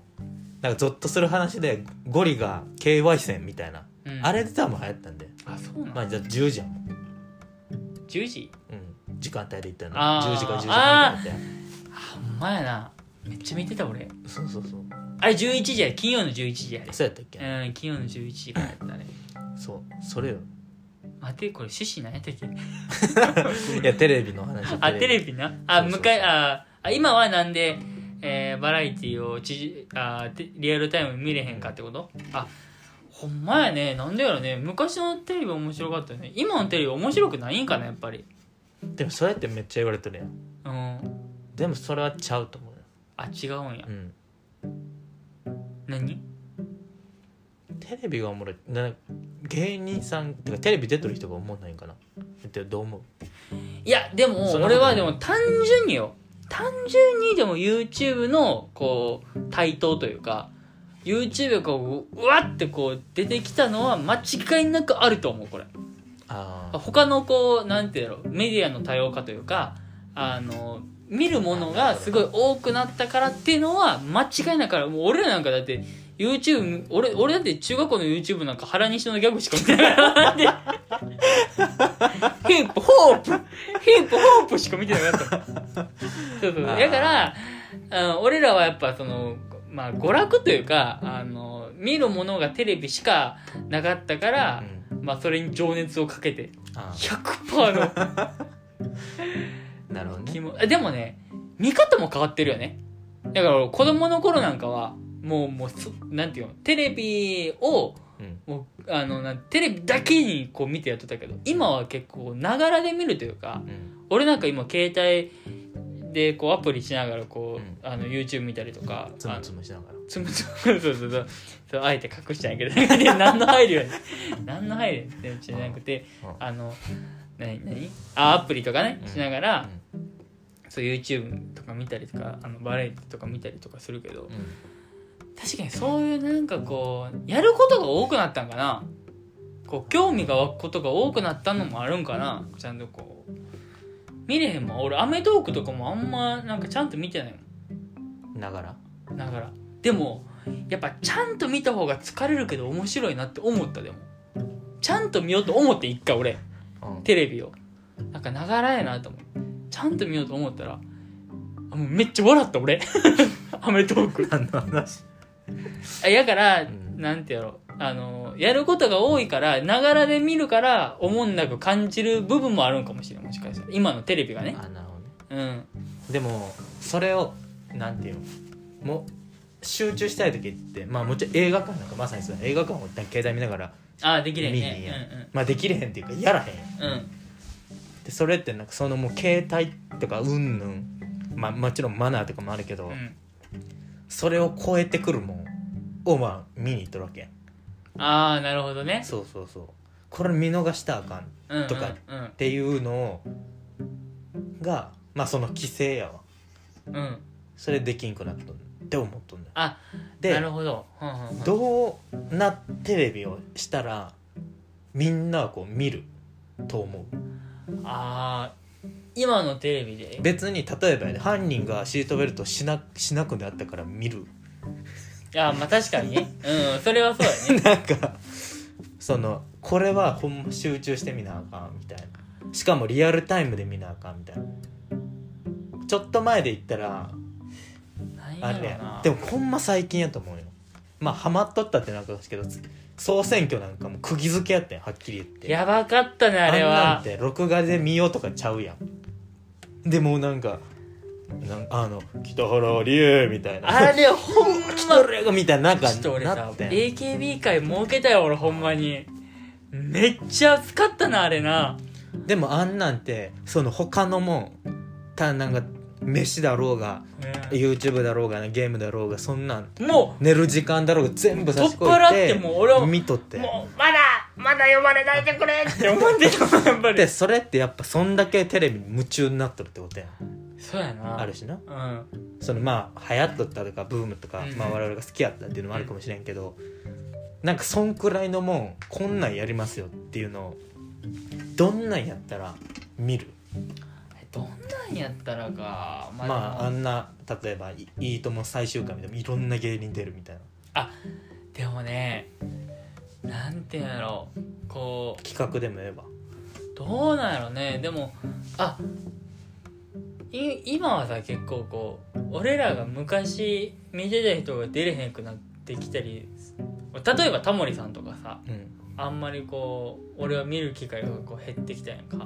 なんかゾッとする話でゴリが KY 戦みたいな、
うん
あれで多分流行ったんで
あそうな
ま
の
あじゃあ10時やもん、
10時
うん、時間帯で言ったの
あー
10時か10時半ぐらいで
あほんまやなめっちゃ見てた俺
そうそうそう
あれ11時やで金曜の11時やで
そうやったっけ、
うん金曜の11時からやったね
そうそれよ
待てこれ趣旨何やったっけ
いやテレビの話
あテレビなあ
そうそうそう
向かいああ今はなんで、えーバラエティをちじあてリアルタイム見れへんかってことあほんまやねなんでやろね昔のテレビ面白かったよね今のテレビ面白くないんかなやっぱり
でもそうやってめっちゃ言われてるやん
うん
でもそれはちゃうと思うよ、
あ違うんや
うん、
何
テレビがおもろいな芸人さんてかテレビ出てる人がおもんないんかなってどう思う
いやでも
そんなことな
俺
い
はでも単純によ単純にでも YouTube のこう台頭というか YouTube がこううわってこう出てきたのは間違いなくあると思うこれ
ああ
他のこうなんていうのメディアの多様化というかあの見るものがすごい多くなったからっていうのは間違いないからもう俺らなんかだって YouTube 俺俺だって中学校の YouTube なんか原西のギャグしか見てないからでヒップホープヒップホープしか見てなかったもんそうそう
あー
だからあの俺らはやっぱそのまあ娯楽というかあの見るものがテレビしかなかったから、
うん
まあそれに情熱をかけて
あ
100%
あなるほど
の気
ね
もでもね見方も変わってるよねだから俺子供の頃なんかはもうもうそなんていうのテレビを
うん
もうあのなんテレビだけにこう見てやってたけど今は結構ながらで見るというか
うん
俺なんか今携帯でこうアプリしながらこう、
うん
あの YouTube 見たりとか
つ
あ
む
の
つむしながら
つむつむそうそうそうそうあえて隠してないけど何の配慮やねん何の配慮やねんじゃなくて
うん
あの何何あアプリとかね
うん
しながら、そう YouTube とか見たりとかあのバラエティとか見たりとかするけど
うん
確かにそういうなんかこうやることが多くなったんかなこう興味が湧くことが多くなったのもあるんかなちゃんとこう見れへんもん俺『アメトーーク』とかもあんまなんかちゃんと見てないもん
ながら
だからでもやっぱちゃんと見た方が疲れるけど面白いなって思ったでもちゃんと見ようと思って一回俺
うん
テレビをなんかながらやなと思ってちゃんと見ようと思ったらあもうめっちゃ笑った俺 『アメトーーク』
何の話
あやから、
うん
なんてやろうあのやることが多いからながらで見るからおもんなく感じる部分もあるんかもしれんもしかしたら今のテレビがね
あなるほどね
うん
でもそれをなんていうのもう集中したい時ってまあもちろん映画館なんかまさにそうだ映画館を一旦携帯見ながら
あできれい
見へんやん
ね
まあできれへんっていうかやらへんやん
うんうんうん
でそれってなんかそのもう携帯とかうんぬんまあもちろんマナーとかもあるけど、
うん
それを超えてくるもんをまあ見に行っとるわけやん
ああなるほどね
そうそうそうこれ見逃したらあかんっ
うんうん
とか
うん
ていうのをがまあその規制やわ
うん
それできんくなっとんって思っとんだよ
あ
で
なるほどうんうんうん
どうなテレビをしたらみんなはこう見ると思う
ああ今のテレビで
別に例えばやで犯人がシートベルトしなしなくなったから見る
いやまあ確かにねうんそれはそうやね
なんかそのこれはほんま集中してみなあかんみたいなしかもリアルタイムで見なあかんみたいなちょっと前で言ったら
何
あ
や
れ
ろう
や
な
でもほんま最近やと思うよまあハマっとったってなんかですけど総選挙なんかも釘付けやってんはっきり言って
やばかったねあれ
んな
は
んて録画で見ようとかちゃうやんでもうなんかなんあの「北原理恵」みたいな
あれほん
「
ま
北原が」みたいななんか
ちょっと俺
な
さ
ってん
AKB 界儲けたよ俺ほんまにめっちゃ熱かったなあれな
でもあんなんてその他のもんたなんか飯だろうが
うん
YouTube だろうがゲームだろうがそんなん
も
寝る時間だろうが全部差し
取っ
込ん
払って
で
もう俺は
見とっ
う
て
もうまだまだ呼ばれないでく れって思って たやっぱり
でそれってやっぱそんだけテレビに夢中になっとるってことやん
そうやな
あるしな
うん
そのまあ流行っとったとかブームとか、
うん
まあ、我々が好きやったっていうのもあるかもしれんけど、なんかそんくらいのもんこんなんやりますよっていうのをどんなんやったら見る
どんなんやったらかま
ま
あ、
ああんな例えばい「いいとも」最終回みたいないろんな芸人出るみたいな
でもねなんていうんやろこう
企画でもええわ
どうなんやろねでもあい今はさ結構こう俺らが昔見てた人が出れへんくなってきたり例えばタモリさんとかさ
うん
あんまりこう俺は見る機会がこう減ってきたやんか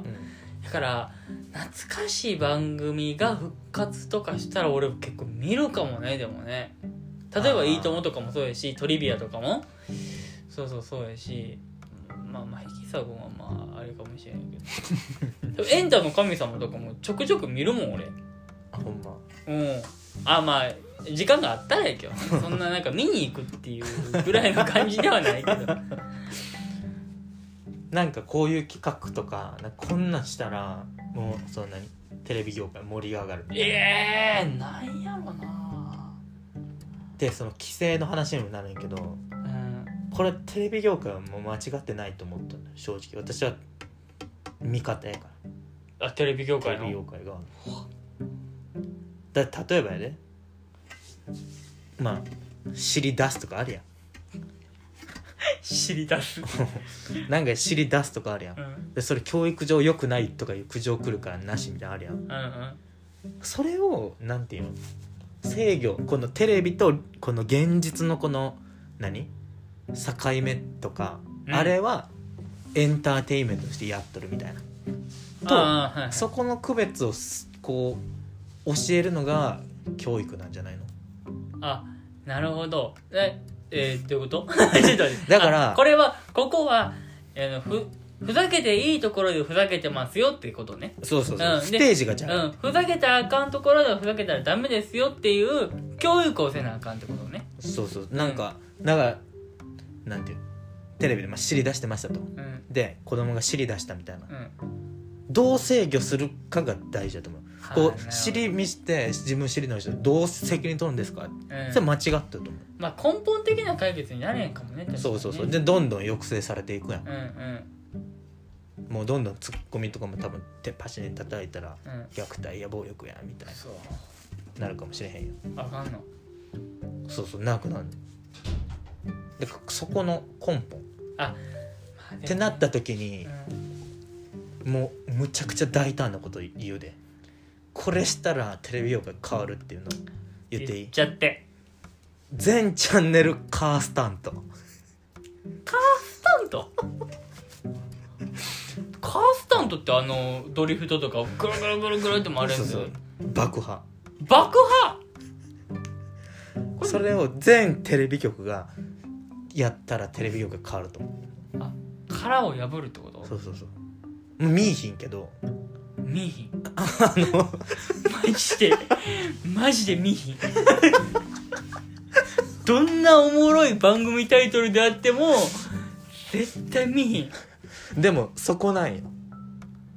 だから懐かしい番組が復活とかしたら俺結構見るかもねでもね例え
あ
ば「
ー
いいとも」とかもそうやしトリビアとかもそうそうそうやしまあまあヘキサゴンはまああれかもしれないけ どでもエンタの神様とかもちょくちょく見るもん俺
あほんま
うんあまあ時間があったらやけどそんな なんか見に行くっていうぐらいの感じではないけど
なんかこういう企画とかなんかこんなんしたらもうそんなにテレビ業界盛り上がる
ええー、なんやろな
でその規制の話にもなるんやけど
うん
これテレビ業界はもう間違ってないと思ったんだよ正直私は味方やから
あテレビ業
テレ
界
ビ業
の
界がだ例えばやでまあ尻出すとかあるや
知 り出す、
んなんか尻出すとかあるやん
うん、うん
でそれ教育上良くないとかいう苦情来るからなしみたいなのあるやん
うん
それをなんていうの制御このテレビとこの現実のこの何境目とか、
うん
あれはエンターテインメントとしてやっとるみたいなと
あーはいはい
そこの区別をすこう教えるのが教育なんじゃないの
あなるほどええー、どういうこと ちょっと待って
だから
あこれはここは、えーのふふざけていいところでふざけてますよってことね
そうそうそう、
うん
ス
で
テージがじゃあ、
うんふざけたらあかんところではふざけたらダメですよっていう教育をせなあかんってことね
そうそうなんかだからなんていうのテレビで、まあ、尻出してました
う
と
ん
で子供が尻出したみたいな
うん
どう制御するかが大事だと思う
はい
こ
なるほ
う
ど
尻見して自分尻の人どう責任取るんですか、
うん
それ間違ってると思う、
まあ根本的な解決になれんかもね確かにね
そうそうそうでどんどん抑制されていくやん
うんうん
もうどんどんツッコミとかも多分手パシに叩いたら
うん
虐待や暴力やみたい
そう
になるかもしれへんよ
あかんの
そうそうなくなるでそこの根本
まあでもね
ってなった時に
うん
もうむちゃくちゃ大胆なこと言うでこれしたらテレビ業界変わるっていうの言ってい
言
い
っちゃって
全チャンネルカースタント
スタント カースタントってあのドリフトとかグルグルグルグルって回るや
そう
つ
そう爆破
爆破これ
それを全テレビ局がやったらテレビ局が変わると思
殻を破るってこ
う
と
そうそうそう見いひんけど
見いひん
あの
マジでマジで見いひんどんなおもろい番組タイトルであっても絶対見いひん
でもそこなんよ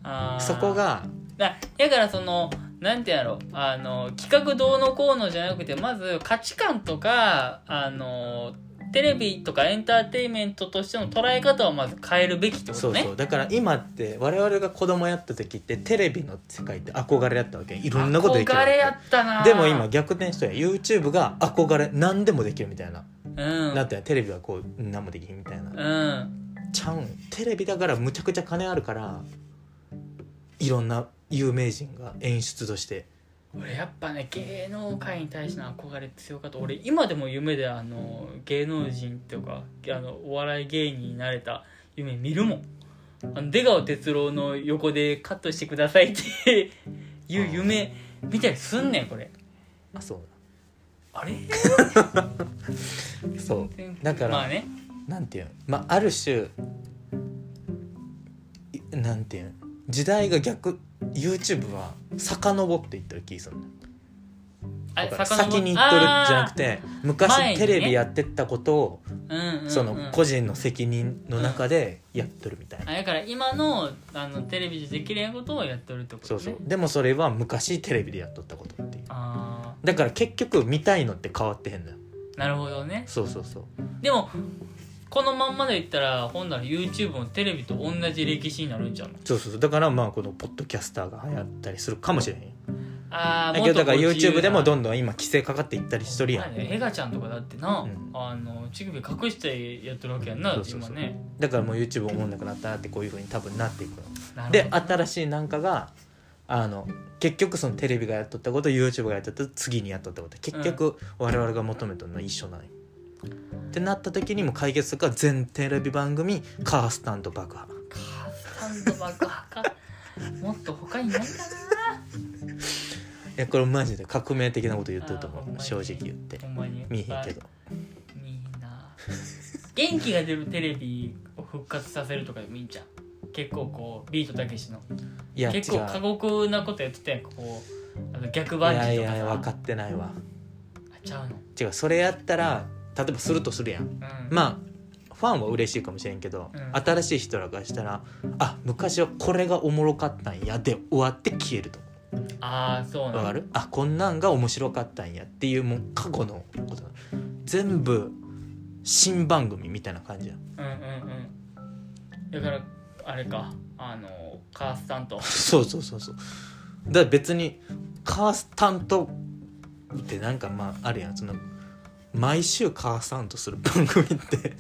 あー
そこが
だだからそのなんてやろあの企画どうのこうのじゃなくてまず価値観とかあのテレビとかエンターテインメントとしての捉え方をまず変えるべきってこ
そ
と
う
ね
そうだから今って我々が子供やった時ってテレビの世界って憧れだったわけいろんなことできるわ
憧
け
れやったな
でも今逆転してるやん YouTube が憧れ何でもできるみたいな、
うん
だってテレビはこう何もできひんみたいな、
うん
ちゃうんテレビだからむちゃくちゃ金あるからいろんな有名人が演出として
俺やっぱね芸能界に対しての憧れ強かった俺今でも夢であの芸能人とかあのお笑い芸人になれた夢見るもんあの出川哲朗の横でカットしてくださいっていう夢見たりすんねんこれ
あそう
あれ
だ そうだから
まあね
なんていうのまあある種いなんていうの時代が逆 YouTube は遡っていってる気がするの
あ
だから
遡
先に行っとるじゃな
て
くて
前に
昔
ね
テレビやってったことを、
うんうんうん
その個人の責任の中でやっとるみたいな、
あだから今のあのテレビでできることをやってるってこと
そう
ね
そうでもそれは昔テレビでやっとったことっていう
あ
だから結局見たいのって変わってへんのよ
あなるほどね
そうそうそう
でもこのまんまでいったらほんなら YouTube もテレビと同じ歴史になるんじゃん
そうそうそうだからまあこのポッドキャスターが流行ったりするかもしれへんよ
ああ
だけどだから YouTube でもど
ん
んどん今規制かかっていったりしとるやん
エガちゃんとかだってな、
うん
あの乳首隠してやってるわけやんな
そうそうそう
今ね
だからもう YouTube 思んなくなったなってこういう風に多分なっていくの
なる
で
ほど
新しいなんかがあの結局そのテレビがやっとったこと YouTube がやっとったこと次にやっとったこと結局我々が求めとるのは一緒なんよってなった時にも解決するから全テレビ番組カースタント爆破
カースタンド爆破かもっと他にないか
いやこれマジで革命的なこと言ってると
あーほん
思
ま
う
に
正直言って
なほんまに
見えへんけど
見えへんな元気が出るテレビを復活させるとかでもいいんじゃん結構こうビートたけしの
いや違う
結構過酷なことやってたやんかこうあの逆バンジ
い
ーとか
や
さ
いや分かってないわ
あちゃうの
違うそれやったら例えばするとするやん
うん
まあファンは嬉しいかもしれんけど、
うん
新しい人らがしたらあ昔はこれがおもろかったんやで終わって消えると
ああそう
わ
な
か
ん
るあこんなんが面白かったんやっていうもう過去のこと全部新番組みたいな感じや
うんうんうんだからあれかあのカースさんと
そうそうそうそうだから別にカースタントってなんかまああるやんその毎週カースタントする番組って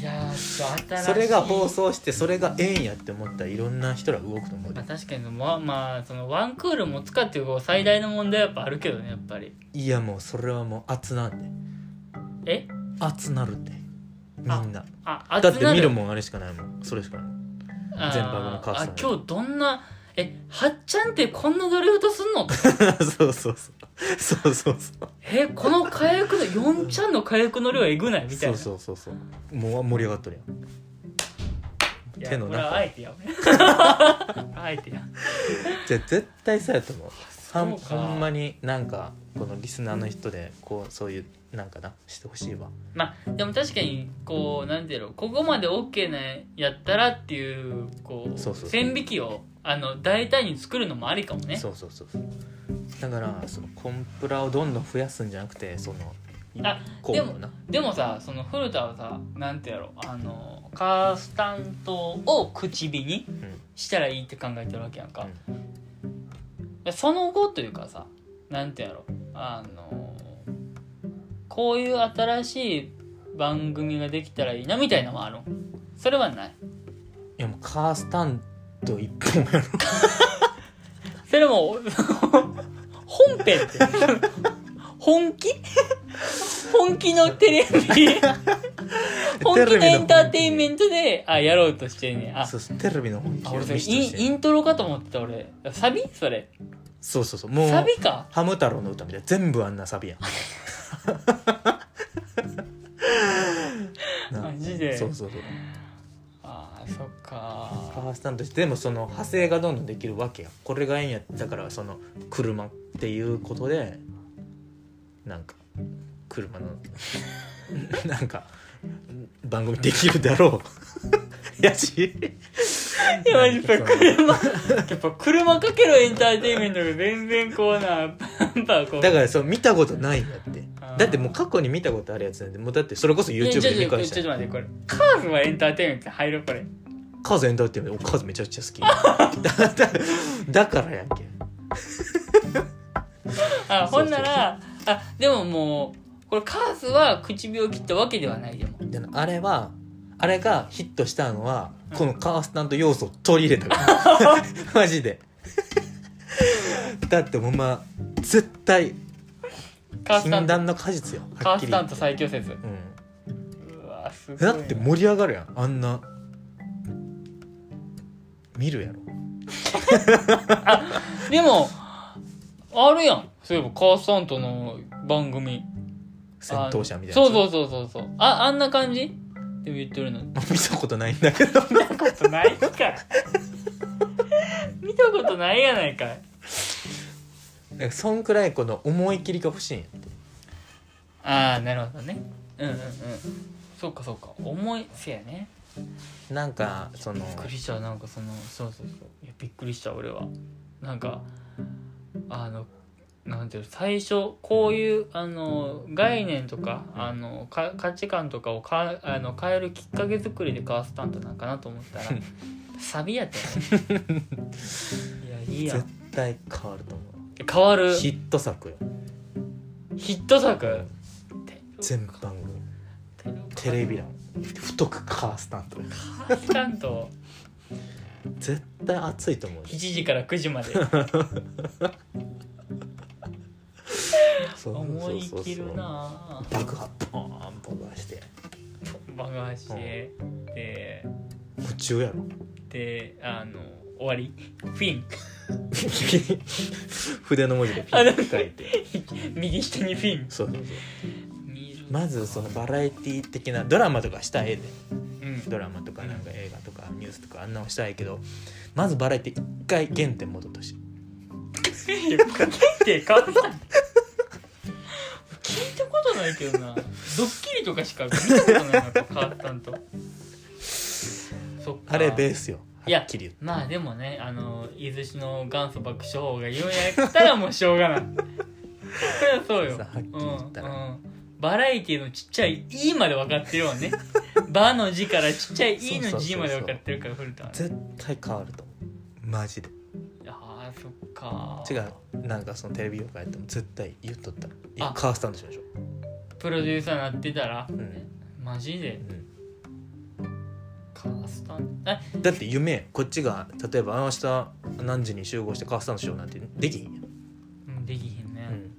いやーちょっと新しい
それが放送してそれがええんやって思ったらいろんな人ら動くと思うで
まあ確かにまあまあそのワンクール持つかっていう最大の問題はやっぱあるけどねやっぱり
いやもうそれはもう熱なんで
え
熱なるってみん
あ
な
ああ
だって見るもんあれしかないもん それしかない全番組のカースさん
あ今日どんなえはっちゃんってこんなドリフトすんの
そうそうそうそうそうそう
えこの火薬の4ちゃんの火薬の量えぐないみたい
そう
な
そうそうそうもう盛り上がっとるやん
いや
手の
これは
中
あえてやめ あえてや
じゃあ絶対そうやと思うはん
そうか
ほんまになんかこのリスナーの人でこうそういうなんかなしてほしいわ
まあでも確かにこうなんていうのここまで OK なやったらっていうこう
そうそうそう
線引きをあの大胆に作るのもありかもね
そうそうそうそうだからそのコンプラをどんどん増やすんじゃなくてその
あ
こうもな
でもさその古田はさなんてやろあのカースタントを口火に
うん
したらいいって考えてるわけやんか、その後というかさなんてやろあのこういう新しい番組ができたらいいなみたいなのはあるんそれはない
いやもうカースタント一本やろ
それも本編って本気本気のテレビ本気のエンターテインメントであやろうとしてんねんあ
そうそうテレビの本気
あ
を
俺そ
見せ
れ
て
インイントロかと思ってた俺サビそれ
そうそうそうもう
サビか
ハム太郎の歌みたいな全部あんなサビやん な
マジで
そうそうそう
あーそっか
カースタントしてでもその派生がどんどんできるわけやこれがええんやだからその車っていうことでなんか車の なんか番組できるだろう やし
いやマジで車やっぱ車かけるエンターテインメントが全然こうなやっぱこう
だからそう見たことないんだって
あー
だってもう過去に見たことあるやつなんでもうだってそれこそ
いや
YouTube
ちょ
で見
ちょ
返
ちょ
し
ちょっと
た
待ってこれカーズはエンターテインメント入るこれ
カズエンターテインメントカズめちゃくちゃ好き だだだからやんけ
あ
そう
ほんならあでももうこれカーズは唇を切ったわけではないでも
であれはあれがヒットしたのはこのカースタント要素を取り入れたから マジでだってもうまあ絶対
カースタ
禁
ント
断の果実よ
カ
はっ
ース
きり
タン
言って
ト最強説
うん
うわすごいな
だって盛り上がるやんあんな見るやろ
でもあるやんそういえばカースタントの番組
戦闘車みたいな
そうそううそうそうそうああんな感じでも言ってるの見
見たことないんだけど
たことないか見たことないやないかい
なんかそんくらいこの思い切りが欲しいんやって
ああなるほどねうんうんうんそうかそうか思いせやね
なんかその
びっくりしたなんかそのそうそうそういやびっくりした俺はなんかあのなんていうの最初こういうあの概念とかあのか価値観とかをかあの変えるきっかけ作りでカースタントなんかなと思 ったらサビやったよねいやいいや
絶
ん
対変わると思
変わる
うヒット作よ
ヒット作
全番組テレビ欄太くカースタント
カースタント
絶対熱いと思う
7時から9時ま で
そう
思い
そうそう
切る
そう
なぁ
爆破ポーン爆破して
バカしてで
夢中やろ
であの終わりフィン
筆の文字でピッて書いて
右下にフィン
そうそうそう
見る
まずそのバラエティ的なドラマとかしたらええで
うん
ドラマとかなんか映画とかニュースとかあんなのしたらええけどまずバラエティ一回原点戻ってほしい
いやこれって変わった聞いたことことないけどなドッキリとかしか見たことないな変わったんとそっか
あれベースよ
い
は
や
っきり言って
まあでもねあの伊豆市の元祖爆笑王が言うんやったらもうしょうがない そりゃそうよ
さあはっきり言ったら
うんうんバラエティのちっちゃい「い」まで分かってるわ ね「ば」の字からちっちゃい「い」の字まで分かってるから古田はね
絶対変わると思うマジで
あーそっか
違うなんかそのテレビ業界やっても絶対言っとったいや
あ
カースタンドしましょう
プロデューサーなってたら、
ん
マジでカースタンえ
うんだって夢やこっちが例えば明日何時に集合してカースタンドしようなんてできひんやん
うんできへんね、
うん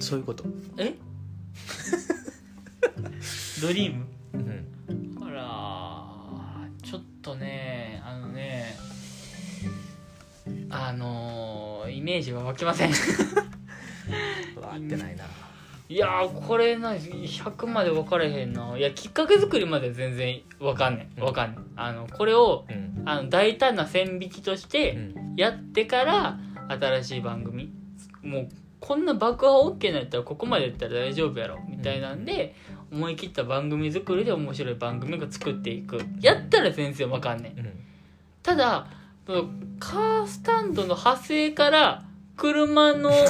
そういうこと
え ドリーム
うん
あらーちょっとねあのねあのーイメージは湧きません
わーってないない
やーこれな100まで分かれへんないやきっかけ作りまで全然分かんねん分かんねんあのこれを
うん
あの大胆な線引きとして、
うん
やってから新しい番組もうこんな爆破 OK なんやったらここまでやったら大丈夫やろみたいなんで、思い切った番組作りで面白い番組が作っていくやったら先生わかんねん
うん
ただそのカースタンドの派生から車 のエン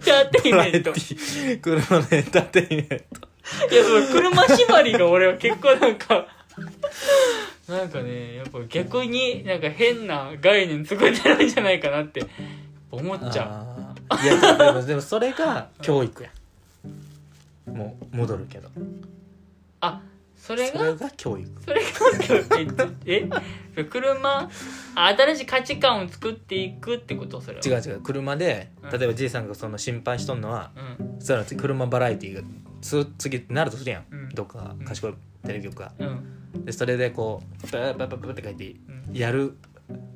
ターテイ
バラ
ンメ
エ
ン
テ
トい
ィ車のエンターテインメント
やその車縛りが俺は結構なんかなんかねやっぱ逆になんか変な概念作ってるんじゃないかなって思っちゃう
あーいやでもでもそれが教育やもう戻るけど
あそ
そ
れが
教育
それが ええ車あ新しい価値観を作っていくってことそれは
違う
う、
違う車で
うん
例えばじいさんがその心配しとんのは
うん
その車バラエティーがつ次ってなるとするやん、
うん
どっか賢いテレビ局が
うん
でそれでこうバーバーバーバーって書いて
うん、
やる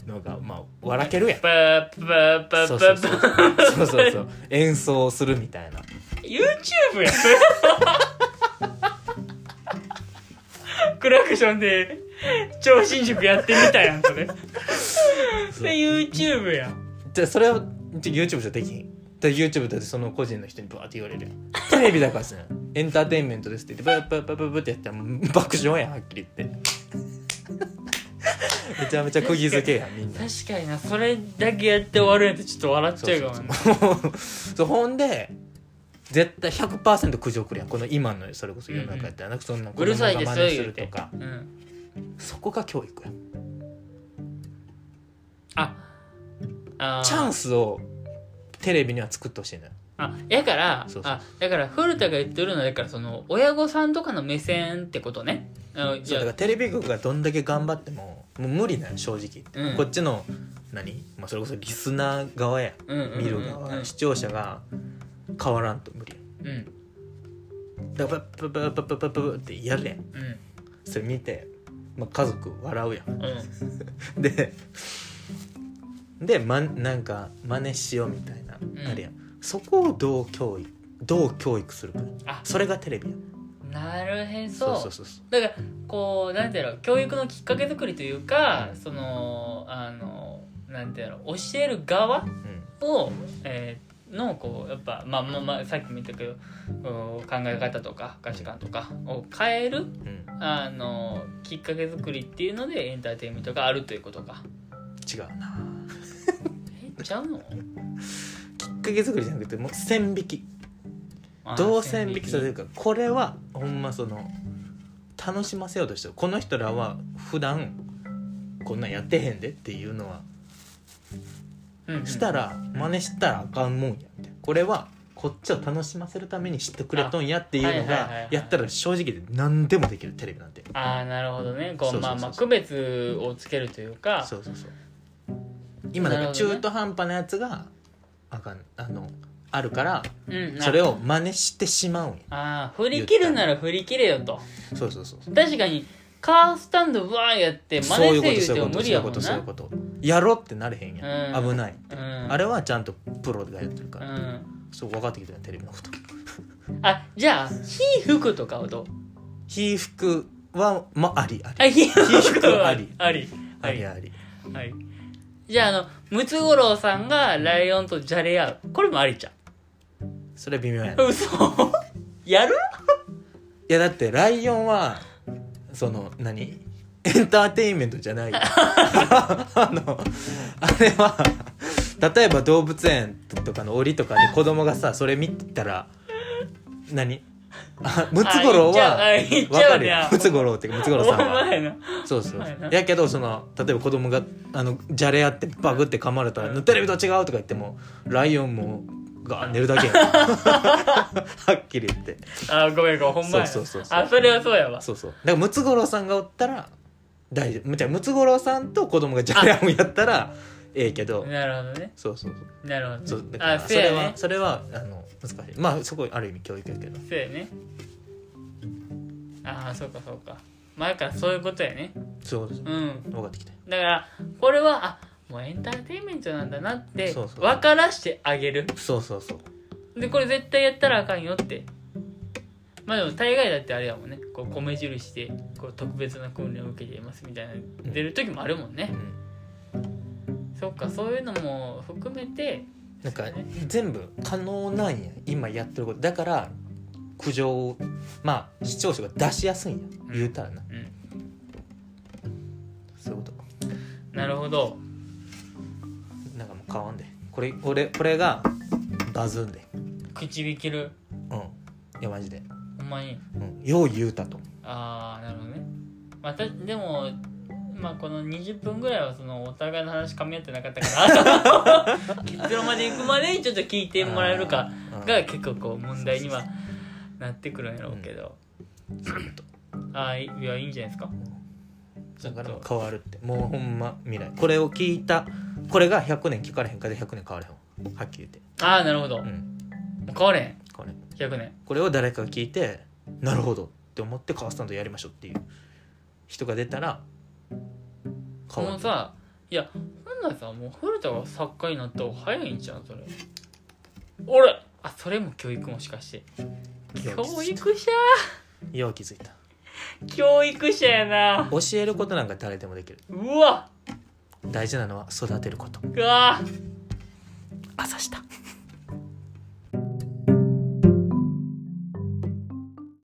のがまあ笑けるやん
パーパーパーパ
そう
ー
そう
パ
そう
ー
そうそうそう演奏するみたいな
YouTube やそれクラクションで超新宿やってみたやんそれそれ YouTube や
じゃあそれはじゃあ YouTube じゃできひんで YouTube だってその個人の人にバーって言われるやんテレビだか らさエンターテインメントですって言ってバーバーバーバーバーってやったらもう爆笑やんはっきり言って めちゃめちゃ釘付けやんみんな
確かになそれだけやって終わるんやつちょっと笑っち
そ
ゃ
う
うかもな
そうそうそうほんで絶対100%苦情くるやんこの今のそれこそ世の中やったらなくそんな
うるさいです
子
よ
供が真似す
言う
ると
て
か、
うん
そこが教育やん
ああ
チャン
ス
スをテレビには作ってほしいのよ
あやから
そうそう
あだから古田が言ってるのはだからその親御さんとかの目線ってことねあい
そうだ
や
からテレビ局がどんだけ頑張ってももう無理なの正直言って、
うん
こっちの何、まあ、それこそリスナー側や
うんうんうんうん
見る側、視聴者が変わらんと無理やん
うん
だからパッパッパッパッパッパッパッってやるやん
うん
それ見て、まあ、家族笑うやん
うん
でで、ま、なんか真似しようみたいな、
ん
あれやんそこをどう教育どう教育するか
あ
それがテレビやん
なるへそ
そううそうそう
だからこうなんていうの教育のきっかけ作りというかそのあのなんていうの教える側を、えーのこうやっぱ、まあまあまあ、さっきも言ったけどこう考え方とか価値観とかを変える
うんうん
あのきっかけ作りっていうのでエンターテインメントがあるということか
違うな
えちゃうの
きっかけ作りじゃなくてもう線引きどう線引きされるかこれはほんまその楽しませようとしてるこの人らは普段こんなんやってへんでっていうのはした
ら
ら真似したらあかんもんやみたいなこれはこっちを楽しませるために知ってくれとんやっていうの
あはいはいはい
が
はい
やったら正直で何でもできるテレビなんて
ああなるほどねこ
そううそう
ま
そ
あ
うそう
まあ区別をつけるというか
そうそうそう今だから
なるほどね
中途半端なやつがあかんあのあるから
うんな
それを真似してしまうんや
ああ振り切るなら振り切れよと
そうそうそう
確かにカースタンドわーやって
そう
真似
いうこと
せ
そう
言ても
いううこ
無
と
理
そ
やもんな
ういうことそういうことやろってなれへんやん
うん
危ないって
うん
あれはちゃんとプロがやってる
う
から
ん
そう分かってきたよテレビのこと
あじゃあ火吹くとかはどう
被服はまありあり
あ火吹
吹
く
く
は
は
あ
あ
り
り
あり
ありあり
はいじゃああのムツゴロウさんがライオンとじゃれ合うこれもありちゃう
それ微妙やね
嘘やる
いやだってライオンはその何エンターテインメントじ ゃないあのあれは例えば動物園とかの檻とかで子供がさそれ見たら何あムツゴロウ
あ
は
言っち
わ
ゃ
か
う言っちゃう
る
ね
よムツゴロウっていうかムツゴロウさん
お前
は
な
そうそう
はいはい
やけどその例えば子供があのじゃれ合ってバグって噛まれた
う
ら
ん
テレビと違うとか言ってもライオンもが寝る だけやんはっきり言って
あごめんごめんほんまやな
そうそうそうそう
あそれはそうやわ
そうそうだからムツゴロウさんがおったら大丈夫じゃあムツゴロウさんと子供がジャイアンをやったらええけど
なるほどね
そうそう
なるほど
そうそう
ね
だから
あ
そ
そうや
れは
ね
それはあの難しいまあそこある意味教育やけど
そうやねああそうかそうか前からそういうことやね
そうで
う
す
ん
分かってきたよ
だからこれはあもうエンターテインメントなんだなって
そうそう
分からしてあげる
そうそうそう
でこれ絶対やったらあかんよってまあでも大概だってあれやもんねこう米印でこう特別な訓練を受けていますみたいな出る時もあるもんね
う、ん
そっかそういうのも含めて
なんか全部可能なんや今やってることだから苦情をまあ視聴者が出しやすいんや
ん
言うたらな
うん
そういうこと
なるほど
なんかもう変わんでこれ俺これがバズんで
口引ける
うんいやマジで、
ほんまに
うん、よう言うたと思う
ああなるほどねまたでもまあこの20分ぐらいはそのお互いの話噛み合ってなかったから結論まで行くまでにちょっと聞いてもらえるか
うん
が結構こう問題にはなってくるんやろうけど、ああいいやいいんじゃないですかちょ
だ
っ
からもう
と
変わるってもうほんま未来これを聞いたこれが100年聞かれへんかで100年変われへんわはっきり言って
ああなるほど、
う
も
ん
う変われへん
変われへん
100年
これを誰かが聞いてなるほどって思ってカースタンドやりましょうっていう人が出たら
こ
変わ
の
る
さいや本来さもう古田が作家になった方が早いんじゃんそれ俺あそれも教育もしかして教育者
よう気づいた
教育者やな
教えることなんか誰でもできる
うわ
大事なのは育てること
うわ
朝した